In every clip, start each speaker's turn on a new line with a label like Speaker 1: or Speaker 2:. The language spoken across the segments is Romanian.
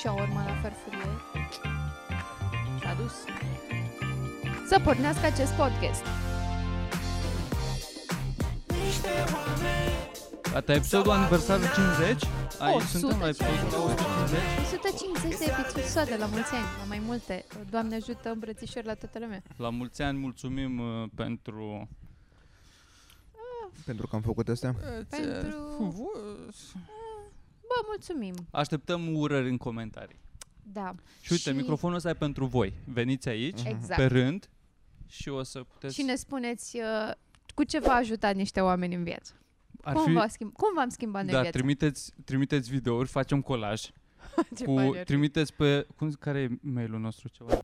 Speaker 1: șaorma la farfurie. S-a dus. Să pornească acest podcast.
Speaker 2: Gata, episodul aniversar 50. Aici
Speaker 1: 100.
Speaker 2: suntem la episodul 150.
Speaker 1: 150 de episoade la mulți ani, la mai multe. Doamne ajută, îmbrățișări la toată lumea.
Speaker 2: La mulți ani mulțumim uh, pentru...
Speaker 3: Pentru că am făcut astea.
Speaker 2: uh,
Speaker 1: Pentru... Bă, mulțumim.
Speaker 2: Așteptăm urări în comentarii.
Speaker 1: Da.
Speaker 2: Și uite, microfonul ăsta e pentru voi. Veniți aici,
Speaker 1: Exact.
Speaker 2: pe rând, și o să puteți...
Speaker 1: Și ne spuneți uh, cu ce v-a ajutat niște oameni în viață.
Speaker 2: Ar
Speaker 1: cum,
Speaker 2: fi...
Speaker 1: v-a schimb... cum v-am schimbat noi
Speaker 2: Da,
Speaker 1: viața?
Speaker 2: trimiteți, trimiteți videouri, facem colaj.
Speaker 1: Ce
Speaker 2: Cu,
Speaker 1: fain ar fi.
Speaker 2: trimiteți pe... Cum, care e mailul nostru? Ceva?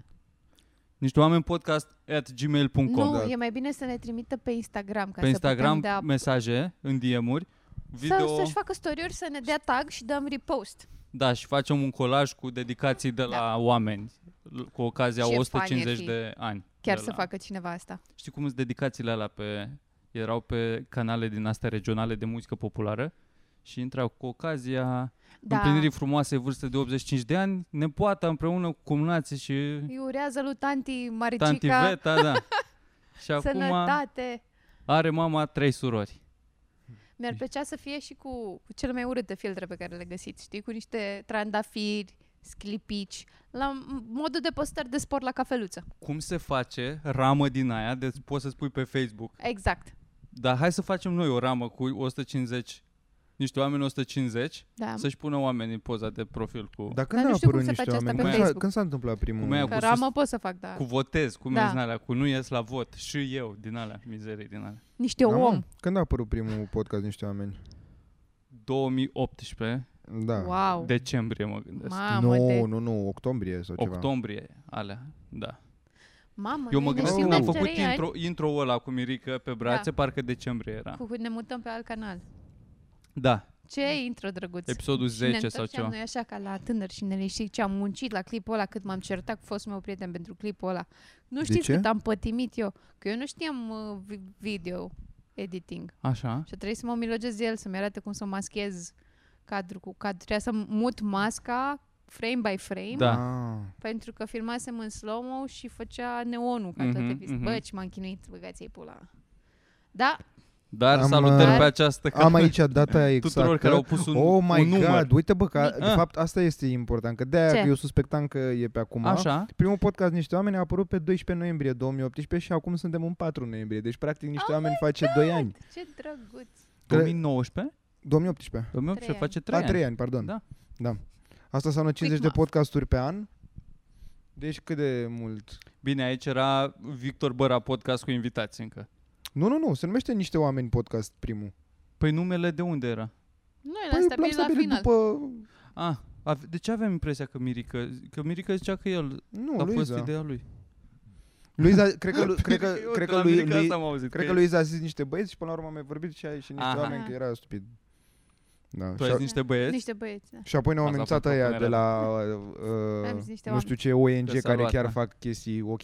Speaker 2: Niște oameni podcast at gmail.com
Speaker 1: nu,
Speaker 3: da.
Speaker 1: e mai bine să ne trimită pe Instagram ca
Speaker 2: Pe Instagram,
Speaker 1: să putem da...
Speaker 2: mesaje în DM-uri. Video...
Speaker 1: Sau să-și facă story-uri, să ne dea tag și dăm repost.
Speaker 2: Da, și facem un colaj cu dedicații de la
Speaker 1: Da.
Speaker 2: oameni l- cu ocazia
Speaker 1: Ce
Speaker 2: 150
Speaker 1: fain e
Speaker 2: de ani.
Speaker 1: Chiar
Speaker 2: de
Speaker 1: să
Speaker 2: Da, la...
Speaker 1: facă cineva asta.
Speaker 2: Știi cum sunt dedicațiile alea pe... Erau pe canale din astea regionale de muzică populară și intrau cu ocazia da.
Speaker 1: Da.
Speaker 2: împlinirii frumoasei vârste de 85 de ani, nepoata împreună cu cumnații și
Speaker 1: Îi urează lui tanti Maricica
Speaker 2: tanti Veta, da. Și acum
Speaker 1: sănătate.
Speaker 2: are mama trei surori.
Speaker 1: Mi-ar plăcea să fie și cu, cu cele mai urâte filtre pe care le găsiți, știi? Cu niște trandafiri, sclipici, la m- modul de postări de sport la cafeluță.
Speaker 2: Cum se face ramă din aia de poți să spui pe Facebook?
Speaker 1: Exact.
Speaker 2: Dar hai să facem noi o ramă cu 150, niște oameni 150,
Speaker 1: Da.
Speaker 2: să-și pună oamenii poza de profil cu, da.
Speaker 3: Dar când
Speaker 1: Dar nu
Speaker 3: au
Speaker 1: știu cum
Speaker 3: apărut
Speaker 1: se
Speaker 3: niște
Speaker 1: face asta
Speaker 3: oameni?
Speaker 2: pe
Speaker 3: Când s-a,
Speaker 1: Facebook.
Speaker 3: când s-a întâmplat primul?
Speaker 2: Cum e
Speaker 1: Că
Speaker 2: cu
Speaker 1: ramă pot să fac, da.
Speaker 2: cu
Speaker 1: Cu
Speaker 2: votez, cum
Speaker 1: Da.
Speaker 2: da. din alea, cu nu ies la vot, și eu din alea, mizerii din alea.
Speaker 1: niște
Speaker 3: Da,
Speaker 1: da,
Speaker 3: mă.
Speaker 1: om.
Speaker 3: Când a apărut primul podcast niște oameni?
Speaker 2: 2018,
Speaker 3: Da.
Speaker 1: Wow.
Speaker 2: Deci, decembrie mă gândesc.
Speaker 1: Mamă,
Speaker 3: nu,
Speaker 1: de...
Speaker 3: nu, nu, octombrie sau ceva.
Speaker 2: Octombrie, alea, da.
Speaker 1: Mamă,
Speaker 2: Eu
Speaker 1: noi ne
Speaker 2: mă gândesc
Speaker 1: știm
Speaker 2: când am
Speaker 1: de
Speaker 2: făcut
Speaker 1: trei ani
Speaker 2: intro, intro ăla cu Mirica pe brațe, da. parcă decembrie era.
Speaker 1: Cu, ne mutăm pe alt canal.
Speaker 2: Da,
Speaker 1: Ce intro drăguț.
Speaker 2: episodul
Speaker 1: Și ne
Speaker 2: 10 sau
Speaker 1: întorceam
Speaker 2: ceva.
Speaker 1: noi așa ca la tânăr și ne rești ce am muncit la clipul ăla, cât m-am certat cu fostul meu prieten pentru clipul ăla. Nu
Speaker 3: De
Speaker 1: știți
Speaker 3: ce?
Speaker 1: cât am pătimit eu, că eu nu știam uh, vi- video editing.
Speaker 2: Așa.
Speaker 1: Și a trebuit să mă milogez de el, să-mi arate cum să maschez cadru cu cadru. Trebuia să mut masca frame by frame,
Speaker 2: Da.
Speaker 3: Ah,
Speaker 1: pentru că filmasem în slow-mo și făcea neonul ca
Speaker 2: Mhm,
Speaker 1: toate vise.
Speaker 2: mhm.
Speaker 1: Bă, ce m-am chinuit, băgați-i pula. Da,
Speaker 2: Dar
Speaker 3: Am,
Speaker 2: salutări
Speaker 1: uh,
Speaker 2: pe această
Speaker 3: am aici data exactă.
Speaker 2: tuturor care au pus un,
Speaker 3: oh my
Speaker 2: un număr.
Speaker 3: god, uite bă, că de
Speaker 2: Ah.
Speaker 3: fapt asta este important, că de-aia
Speaker 1: Ce?
Speaker 3: eu suspectam că e pe acum.
Speaker 2: Așa.
Speaker 3: Primul podcast Niște Oameni a apărut pe 12 noiembrie 2018 și acum suntem în 4 noiembrie, deci practic Niște
Speaker 1: Oh
Speaker 3: Oameni
Speaker 1: my
Speaker 3: face
Speaker 1: God,
Speaker 3: 2 ani.
Speaker 1: Ce drăguț.
Speaker 3: Că-
Speaker 2: 2019?
Speaker 3: 2018.
Speaker 2: 2018 face 3
Speaker 3: 3
Speaker 2: ani.
Speaker 3: ani. 3 ani, pardon.
Speaker 2: Da. Păi
Speaker 3: da. Asta înseamnă 50 de
Speaker 1: math.
Speaker 3: podcasturi pe an. Deci cât de mult?
Speaker 2: Bine, aici era Victor Băra podcast cu invitați încă.
Speaker 3: Nu, nu, nu, se numește niște oameni podcast primul.
Speaker 2: Păi numele de unde era?
Speaker 1: Noi
Speaker 3: păi
Speaker 1: l-am stabilit la
Speaker 3: stabilit
Speaker 1: final.
Speaker 3: după...
Speaker 2: Ah, ave- de ce avem impresia că Mirica, că Mirica zicea că el
Speaker 3: Nu,
Speaker 2: a fost
Speaker 3: Luiza.
Speaker 2: ideea lui?
Speaker 3: Luiza, cred că, cred că,
Speaker 2: Eu
Speaker 3: cred
Speaker 2: de
Speaker 3: că
Speaker 2: la
Speaker 3: lui,
Speaker 2: Mirica
Speaker 3: lui,
Speaker 2: asta am auzit.
Speaker 3: cred că
Speaker 2: e-
Speaker 3: Luiza a zis niște băieți și până la urmă am mai vorbit și, ai- și niște
Speaker 2: Aha.
Speaker 3: oameni că era stupid. Da.
Speaker 2: Tu
Speaker 3: Și,
Speaker 2: ai
Speaker 3: a-
Speaker 2: zis niște băieți?
Speaker 1: Niște băieți, da.
Speaker 3: și apoi ne-au
Speaker 2: Asta a
Speaker 3: amenințat
Speaker 2: fost
Speaker 3: aia de
Speaker 2: propunerea.
Speaker 3: la,
Speaker 1: Am
Speaker 3: uh,
Speaker 1: zis niște
Speaker 3: nu știu ce ONG
Speaker 2: Că s-a
Speaker 3: care
Speaker 2: luat,
Speaker 3: chiar
Speaker 2: da.
Speaker 3: fac chestii ok,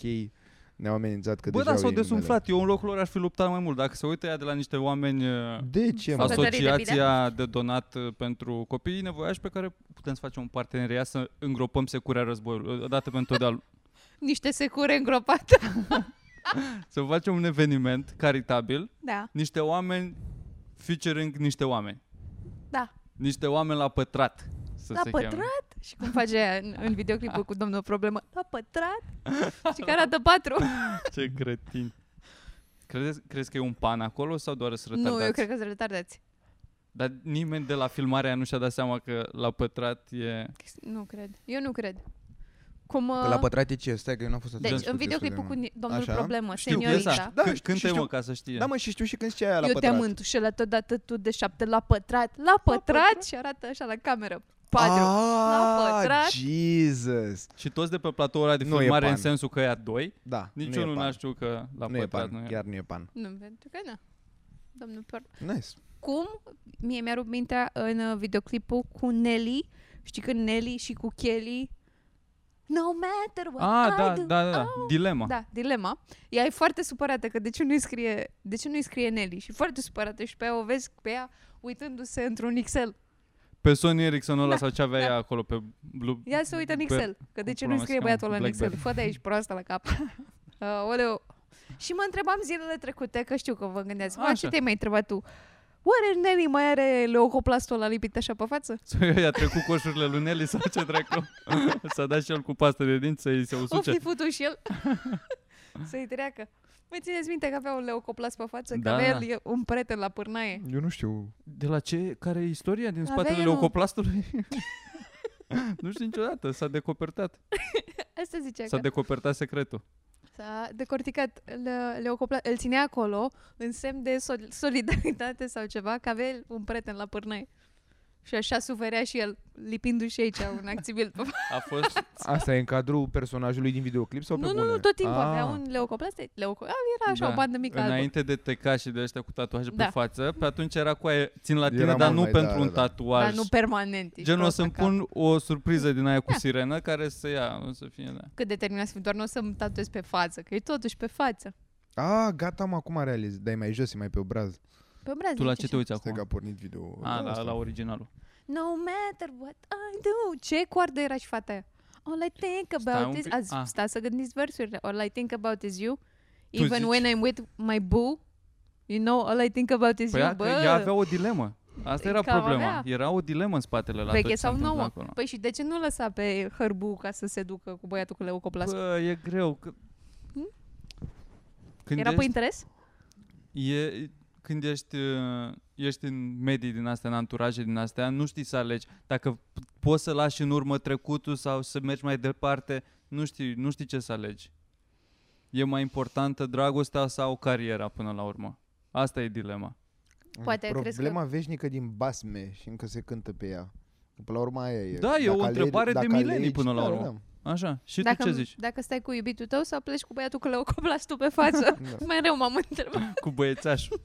Speaker 3: ne-au amenințat că
Speaker 2: Bă,
Speaker 3: deja
Speaker 2: da,
Speaker 3: au
Speaker 2: s-au
Speaker 3: ei numele.
Speaker 2: desumflat. Eu în locul lor ar fi luptat mai mult. Dacă se uită ea de la niște oameni, uh,
Speaker 3: De ce, mă?
Speaker 1: Asociații. Salutări de
Speaker 2: asociația de donat uh, pentru copiii nevoiași pe care putem să facem un parteneriat să îngropăm securea războiului. Odată pentru totdeauna.
Speaker 1: Niște secure îngropate.
Speaker 2: Să facem un eveniment caritabil,
Speaker 1: Da,
Speaker 2: niște oameni featuring niște oameni.
Speaker 1: da.
Speaker 2: Niște oameni la pătrat. Să
Speaker 1: La
Speaker 2: se Cheme.
Speaker 1: pătrat? Și cum face aia în, în videoclipul cu domnul Problemă? La pătrat? Și care arată patru?
Speaker 2: Ce cretin. Crezi, crezi că e un pan acolo sau doar sunt retardați?
Speaker 1: nu, eu cred că sunt retardați.
Speaker 2: Dar nimeni de la filmarea nu și-a dat seama că la pătrat e...
Speaker 1: Nu cred. Eu nu cred. Cum... uh,
Speaker 3: Că la pătrate ce? Stai că eu n-am fost atent.
Speaker 1: deci,
Speaker 3: Scuze,
Speaker 1: în videoclipul cu
Speaker 3: scuze, mă.
Speaker 1: ni- domnul
Speaker 3: Așa?
Speaker 1: Problemă,
Speaker 2: Știu
Speaker 1: seniorita.
Speaker 2: piesa.
Speaker 3: Da,
Speaker 2: Da,
Speaker 3: știu,
Speaker 2: Cântă
Speaker 3: știu.
Speaker 2: mă ca să știe.
Speaker 3: Da, mă, și știu și când zicea aia la
Speaker 1: Eu
Speaker 3: pătrat.
Speaker 1: te-am întușelat odată tu de șapte la pătrat. La pătrat? Și arată așa la cameră. Patru. La pătrat.
Speaker 3: Ah, Jesus.
Speaker 2: Și toți de pe platou ăla de
Speaker 3: Nu e
Speaker 2: filmare
Speaker 3: pan.
Speaker 2: în sensul că ea doi,
Speaker 3: Da,
Speaker 2: niciunul
Speaker 3: nu e
Speaker 2: n-a
Speaker 3: pan.
Speaker 2: știut că la
Speaker 3: nu e
Speaker 2: pătrat
Speaker 3: pan, chiar nu e pan.
Speaker 1: Nu, pentru că nu. Domnul Pro-
Speaker 3: Nice.
Speaker 1: cum mie mi-a rupt mintea în uh, videoclipul cu Nelly, știi când Nelly și cu Kelly No matter what
Speaker 2: Ah,
Speaker 1: I
Speaker 2: da,
Speaker 1: do.
Speaker 2: da, da, da, dilema.
Speaker 1: Da, dilema. Ea e foarte supărată că de ce nu-i scrie, de ce nu-i scrie Nelly și foarte supărată și pe ea o vezi pe ea uitându-se într-un Excel.
Speaker 2: Pe Sony Ericsson ăla
Speaker 1: Da,
Speaker 2: sau ce avea
Speaker 1: da.
Speaker 2: ea acolo pe Blue...
Speaker 1: Ia să uită în
Speaker 2: Pe-
Speaker 1: Excel, că de ce
Speaker 2: pula
Speaker 1: nu
Speaker 2: mea
Speaker 1: scrie
Speaker 2: se
Speaker 1: băiatul
Speaker 2: cheamă
Speaker 1: ăla în Excel?
Speaker 2: Blackberry.
Speaker 1: Fă de aici proasta la cap. Uh, oleu. Și mă întrebam zilele trecute, că știu că vă gândeați, mă,
Speaker 2: Așa.
Speaker 1: ce te-ai mai întrebat tu? Oare Nelly mai are leucoplastul ăla lipit așa pe față?
Speaker 2: Sau i-a trecut coșurile lui Nelly sau ce dracu? S-a dat și el cu pastă de dinți să-i se
Speaker 1: O
Speaker 2: usuce.
Speaker 1: fi futut și el să-i treacă. Mă țineți minte că avea un leucoplast pe față? Că
Speaker 2: Da,
Speaker 1: avea
Speaker 2: da.
Speaker 1: el e- un prieten la pârnaie.
Speaker 3: Eu nu știu.
Speaker 2: De la ce? Care e istoria din
Speaker 1: Avea
Speaker 2: spatele
Speaker 1: el un-
Speaker 2: leucoplastului? nu știu niciodată, s-a decopertat.
Speaker 1: Asta zicea
Speaker 2: S-a
Speaker 1: că
Speaker 2: decopertat secretul.
Speaker 1: s-a decorticat le- leucoplast. Îl ținea acolo în semn de sol- solidaritate sau ceva, că avea el un prieten la pârnaie. Și așa suferea și el, lipindu-și aici un acțibil pe
Speaker 2: A fost...
Speaker 3: Asta e în cadrul personajului din videoclip sau pe
Speaker 1: nu, nu,
Speaker 3: bune?
Speaker 1: nu, tot timpul
Speaker 3: Ah.
Speaker 1: avea un leucoplast, leuco... A, era așa
Speaker 2: da,
Speaker 1: o bandă mică albă.
Speaker 2: Înainte de teca și de ăștia cu tatuaje pe
Speaker 1: Da.
Speaker 2: față, pe atunci era cu aia, țin la tine,
Speaker 3: Era
Speaker 2: dar
Speaker 3: mult
Speaker 2: nu
Speaker 3: mai-
Speaker 2: pentru
Speaker 3: da,
Speaker 2: un
Speaker 3: da, da.
Speaker 2: tatuaj.
Speaker 1: Dar nu permanent. ești
Speaker 2: Gen, o
Speaker 1: prost la
Speaker 2: să-mi
Speaker 1: cap.
Speaker 2: pun o surpriză din aia cu
Speaker 1: Da.
Speaker 2: sirenă care să ia, o să fie, da.
Speaker 1: Cât determinat să fiu, doar nu o să-mi tatuez pe față, că e totuși pe față.
Speaker 3: A, Ah, gata, am acum realizat. Dai mai jos, e mai pe obraz.
Speaker 1: Pe obraz
Speaker 2: Tu la
Speaker 1: zice
Speaker 2: ce
Speaker 1: așa.
Speaker 2: te uiți
Speaker 3: Stai că Da,
Speaker 2: acum?
Speaker 3: a pornit video.
Speaker 2: A, Ah, da, la, la originalul.
Speaker 1: No matter what I do. Ce coardă era și fata aia? All I think about
Speaker 2: un
Speaker 1: is...
Speaker 2: pic.
Speaker 1: Azi,
Speaker 2: Ah.
Speaker 1: sta să gândiți versurile. All I think about is you.
Speaker 2: Tu
Speaker 1: Even
Speaker 2: zici-
Speaker 1: when I'm with my boo. You know, all I think about is
Speaker 2: Păi
Speaker 1: you.
Speaker 2: ea,
Speaker 1: Bă,
Speaker 2: ea avea o dilemă. Asta era
Speaker 1: Cam
Speaker 2: problema.
Speaker 1: avea.
Speaker 2: Era o dilemă în spatele la tot
Speaker 1: veche
Speaker 2: ce s-a
Speaker 1: sau
Speaker 2: întâmplat
Speaker 1: nouă.
Speaker 2: acolo.
Speaker 1: Păi și de ce nu lăsa pe hărbu ca să se ducă cu băiatul cu leucoplast?
Speaker 2: Bă, e greu. Că...
Speaker 1: Hmm?
Speaker 2: Când,
Speaker 1: Era păi pe
Speaker 2: ești,
Speaker 1: interes?
Speaker 2: e, când ești, uh, ești în medii din astea, în anturaje din astea, nu știi să alegi. Dacă p- poți să lași în urmă trecutul sau să mergi mai departe, nu știi, nu știi ce să alegi. E mai importantă dragostea sau cariera până la urmă? Asta e dilema.
Speaker 1: Poate crezi că-
Speaker 3: Problema veșnică din basme și încă se cântă pe ea. Până la urmă aia e.
Speaker 2: Da, e o
Speaker 3: Dacă alegi-
Speaker 2: întrebare de
Speaker 3: dacă
Speaker 2: milenii
Speaker 3: alegi-
Speaker 2: până la
Speaker 3: da,
Speaker 2: urmă.
Speaker 3: da, da.
Speaker 2: Așa. Și
Speaker 1: dacă,
Speaker 2: tu ce zici?
Speaker 1: Dacă stai cu iubitul tău sau pleci cu băiatul cu leucoplastul pe față?
Speaker 3: Da.
Speaker 1: Mereu m-am întrebat.
Speaker 2: Cu băiețașul.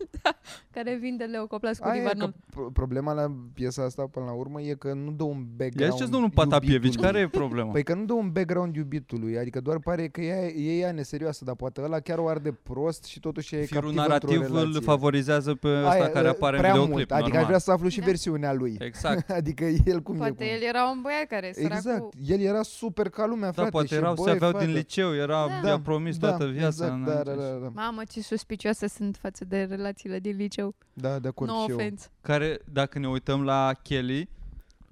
Speaker 1: Care vinde leucoplast cu
Speaker 3: Aia e că
Speaker 1: divanul.
Speaker 3: pro- problema la piesa asta până la urmă e că nu dă un
Speaker 2: Ia
Speaker 3: background
Speaker 2: ziceți domnul Patapievici,
Speaker 3: iubitului.
Speaker 2: care e problema?
Speaker 3: Păi că nu dă un background iubitului, adică doar pare că ea, e ea neserioasă, dar poate ăla chiar o arde prost și totuși e
Speaker 2: Firul
Speaker 3: captiv
Speaker 2: narativ
Speaker 3: într-o
Speaker 2: Păi, îl
Speaker 3: relație.
Speaker 2: favorizează pe ăsta care
Speaker 3: ă,
Speaker 2: apare în
Speaker 3: prea
Speaker 2: videoclip,
Speaker 3: mult,
Speaker 2: normal.
Speaker 3: Adică aș vrea să aflu și
Speaker 1: Da.
Speaker 3: versiunea lui.
Speaker 2: Exact.
Speaker 3: Adică el cum e
Speaker 1: Poate
Speaker 3: cum...
Speaker 1: el era un băiat care,
Speaker 3: Exact,
Speaker 1: săracul,
Speaker 3: el era super ca lumea,
Speaker 2: Da,
Speaker 3: frate.
Speaker 2: poate
Speaker 3: și,
Speaker 2: erau,
Speaker 3: băi,
Speaker 2: se aveau
Speaker 3: frate,
Speaker 2: din liceu, era,
Speaker 1: Da.
Speaker 2: i-a promis
Speaker 3: da,
Speaker 2: toată viața.
Speaker 3: Exact, da,
Speaker 2: înainte
Speaker 3: da,
Speaker 2: și-
Speaker 3: da, da,
Speaker 1: Mamă, ce suspicioase sunt față de relațiile din liceu.
Speaker 3: da, de acord
Speaker 1: No
Speaker 3: și eu.
Speaker 1: offense.
Speaker 2: Care, dacă ne uităm la Kelly,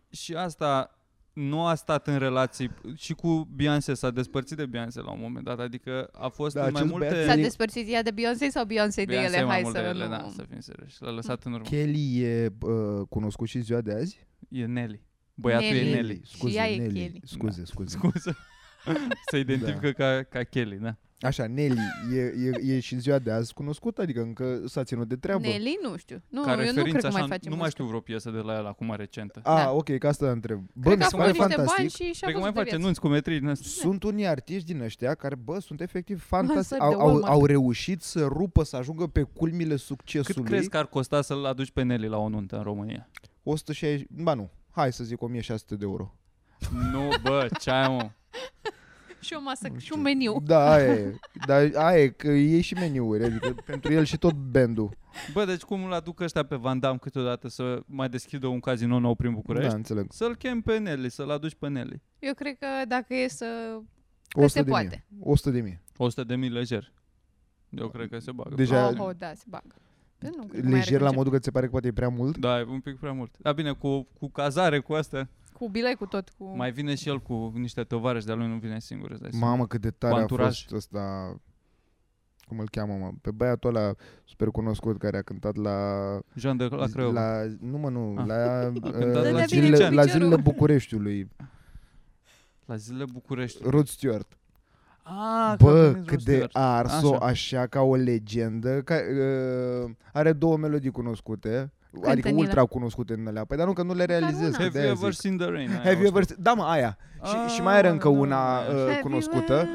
Speaker 2: și asta nu a stat în relații și cu Beyoncé, s-a despărțit de Beyoncé la un moment dat, adică a fost
Speaker 3: Da,
Speaker 2: în mai
Speaker 3: acest
Speaker 2: multe...
Speaker 3: băiat
Speaker 1: S-a
Speaker 3: Nici-
Speaker 1: despărțit ea de Beyoncé sau Beyoncé de
Speaker 2: Beyoncé
Speaker 1: ele?
Speaker 2: mai
Speaker 1: Hai
Speaker 2: mult
Speaker 1: să
Speaker 2: de ele,
Speaker 1: nu...
Speaker 2: da, să fim serioși. L-a lăsat în urmă.
Speaker 3: Kelly e uh, cunoscut și ziua de azi?
Speaker 2: E Nelly. Băiatul
Speaker 1: Nelly.
Speaker 2: e Nelly.
Speaker 3: Scuze,
Speaker 1: Și ea e
Speaker 3: Nelly.
Speaker 1: Kelly.
Speaker 3: Scuze, scuze.
Speaker 2: Scuze. se identifică ca, ca Kelly, da.
Speaker 3: Așa, Nelly e, e, e și ziua de azi cunoscută, adică încă s-a ținut de treabă.
Speaker 1: Nelly, nu știu. Nu,
Speaker 2: ca
Speaker 1: eu nu
Speaker 2: referință,
Speaker 1: cred că mai
Speaker 2: așa,
Speaker 1: face
Speaker 2: nu mai
Speaker 1: muzică.
Speaker 2: știu vreo piesă de la el acum recentă.
Speaker 3: A,
Speaker 1: Da.
Speaker 3: ok, că asta întreb. Bă,
Speaker 1: Cred
Speaker 3: mi
Speaker 1: că a
Speaker 3: se
Speaker 2: făcut
Speaker 3: pare
Speaker 1: făcut niște
Speaker 3: fantastic.
Speaker 1: bani și și-a
Speaker 2: Cred că mai
Speaker 1: văzut de
Speaker 2: face
Speaker 1: viață.
Speaker 2: nunți cu metrii din astea.
Speaker 3: Sunt unii artiști din ăștia care, bă, sunt efectiv fantastici.
Speaker 1: Lansări
Speaker 3: Au,
Speaker 1: de
Speaker 3: au,
Speaker 1: Walmart.
Speaker 3: au reușit să rupă, să ajungă pe culmile
Speaker 2: Cât
Speaker 3: succesului.
Speaker 2: crezi că ar costa să-l aduci pe Nelly la o nuntă în România?
Speaker 3: 160, ba nu, hai să zic 1600 de euro.
Speaker 2: nu, bă, ce ai, mă?
Speaker 1: Și o masă,
Speaker 3: Nu
Speaker 1: și
Speaker 3: știu.
Speaker 1: un meniu.
Speaker 3: Da, aia e. Dar aia e, că e și meniuri, adică pentru el și tot bandul.
Speaker 2: Bă, deci cum îl aduc ăștia pe Van Damme câteodată să mai deschidă un casino nou prin București?
Speaker 3: Da, înțeleg.
Speaker 2: Să-l chem pe Nelly, să-l aduci pe Nelly.
Speaker 1: Eu cred că dacă e să... Că
Speaker 3: 100
Speaker 1: se
Speaker 3: de
Speaker 1: poate.
Speaker 3: mii. 100 de mii.
Speaker 2: 100 de mii lejer. Eu cred că se bagă.
Speaker 3: Deja-
Speaker 1: Oh, oh, da, se bagă. Păi nu, cred că mai are
Speaker 3: Lejer la
Speaker 1: concep-
Speaker 3: modul că ți se pare că poate e prea mult.
Speaker 2: Da, e un pic prea mult. Da, bine, cu, cu cazare, cu astea.
Speaker 1: Cu bilai cu tot, cu...
Speaker 2: Mai vine și el cu niște tovarăși, dar lui nu vine singur. Îți dai seama.
Speaker 3: Mamă, cât de tare a
Speaker 2: anturaj.
Speaker 3: fost ăsta cum îl cheamă, mă? Pe băiatul ăla super cunoscut care a cântat la...
Speaker 2: Jean de la Craiova.
Speaker 3: la nu, mă, nu.
Speaker 2: Ah.
Speaker 3: La,
Speaker 2: cântat
Speaker 3: uh,
Speaker 2: la
Speaker 3: zilele,
Speaker 2: Cireșanu.
Speaker 3: la zilele Bucureștiului.
Speaker 2: la zilele București.
Speaker 3: Rod Stewart.
Speaker 2: Ah, că a
Speaker 3: Bă,
Speaker 2: venit
Speaker 3: cât
Speaker 2: Rod
Speaker 3: de
Speaker 2: Stewart.
Speaker 3: a ars-o
Speaker 2: Așa.
Speaker 3: așa. ca o legendă. Ca, uh, are două melodii cunoscute. adică
Speaker 1: Cântă-ni-le.
Speaker 3: ultra cunoscute în alea. Păi dar nu, că nu le realizez.
Speaker 1: una.
Speaker 2: Have
Speaker 3: Că
Speaker 2: you
Speaker 3: de-aia
Speaker 2: ever
Speaker 3: zic.
Speaker 2: seen the rain? Aia
Speaker 3: Have you
Speaker 2: o
Speaker 3: ever... Da, mă, aia.
Speaker 2: Ah,
Speaker 3: și, și mai are încă
Speaker 2: da,
Speaker 3: una
Speaker 2: aia.
Speaker 3: uh,
Speaker 1: Everywhere.
Speaker 3: cunoscută.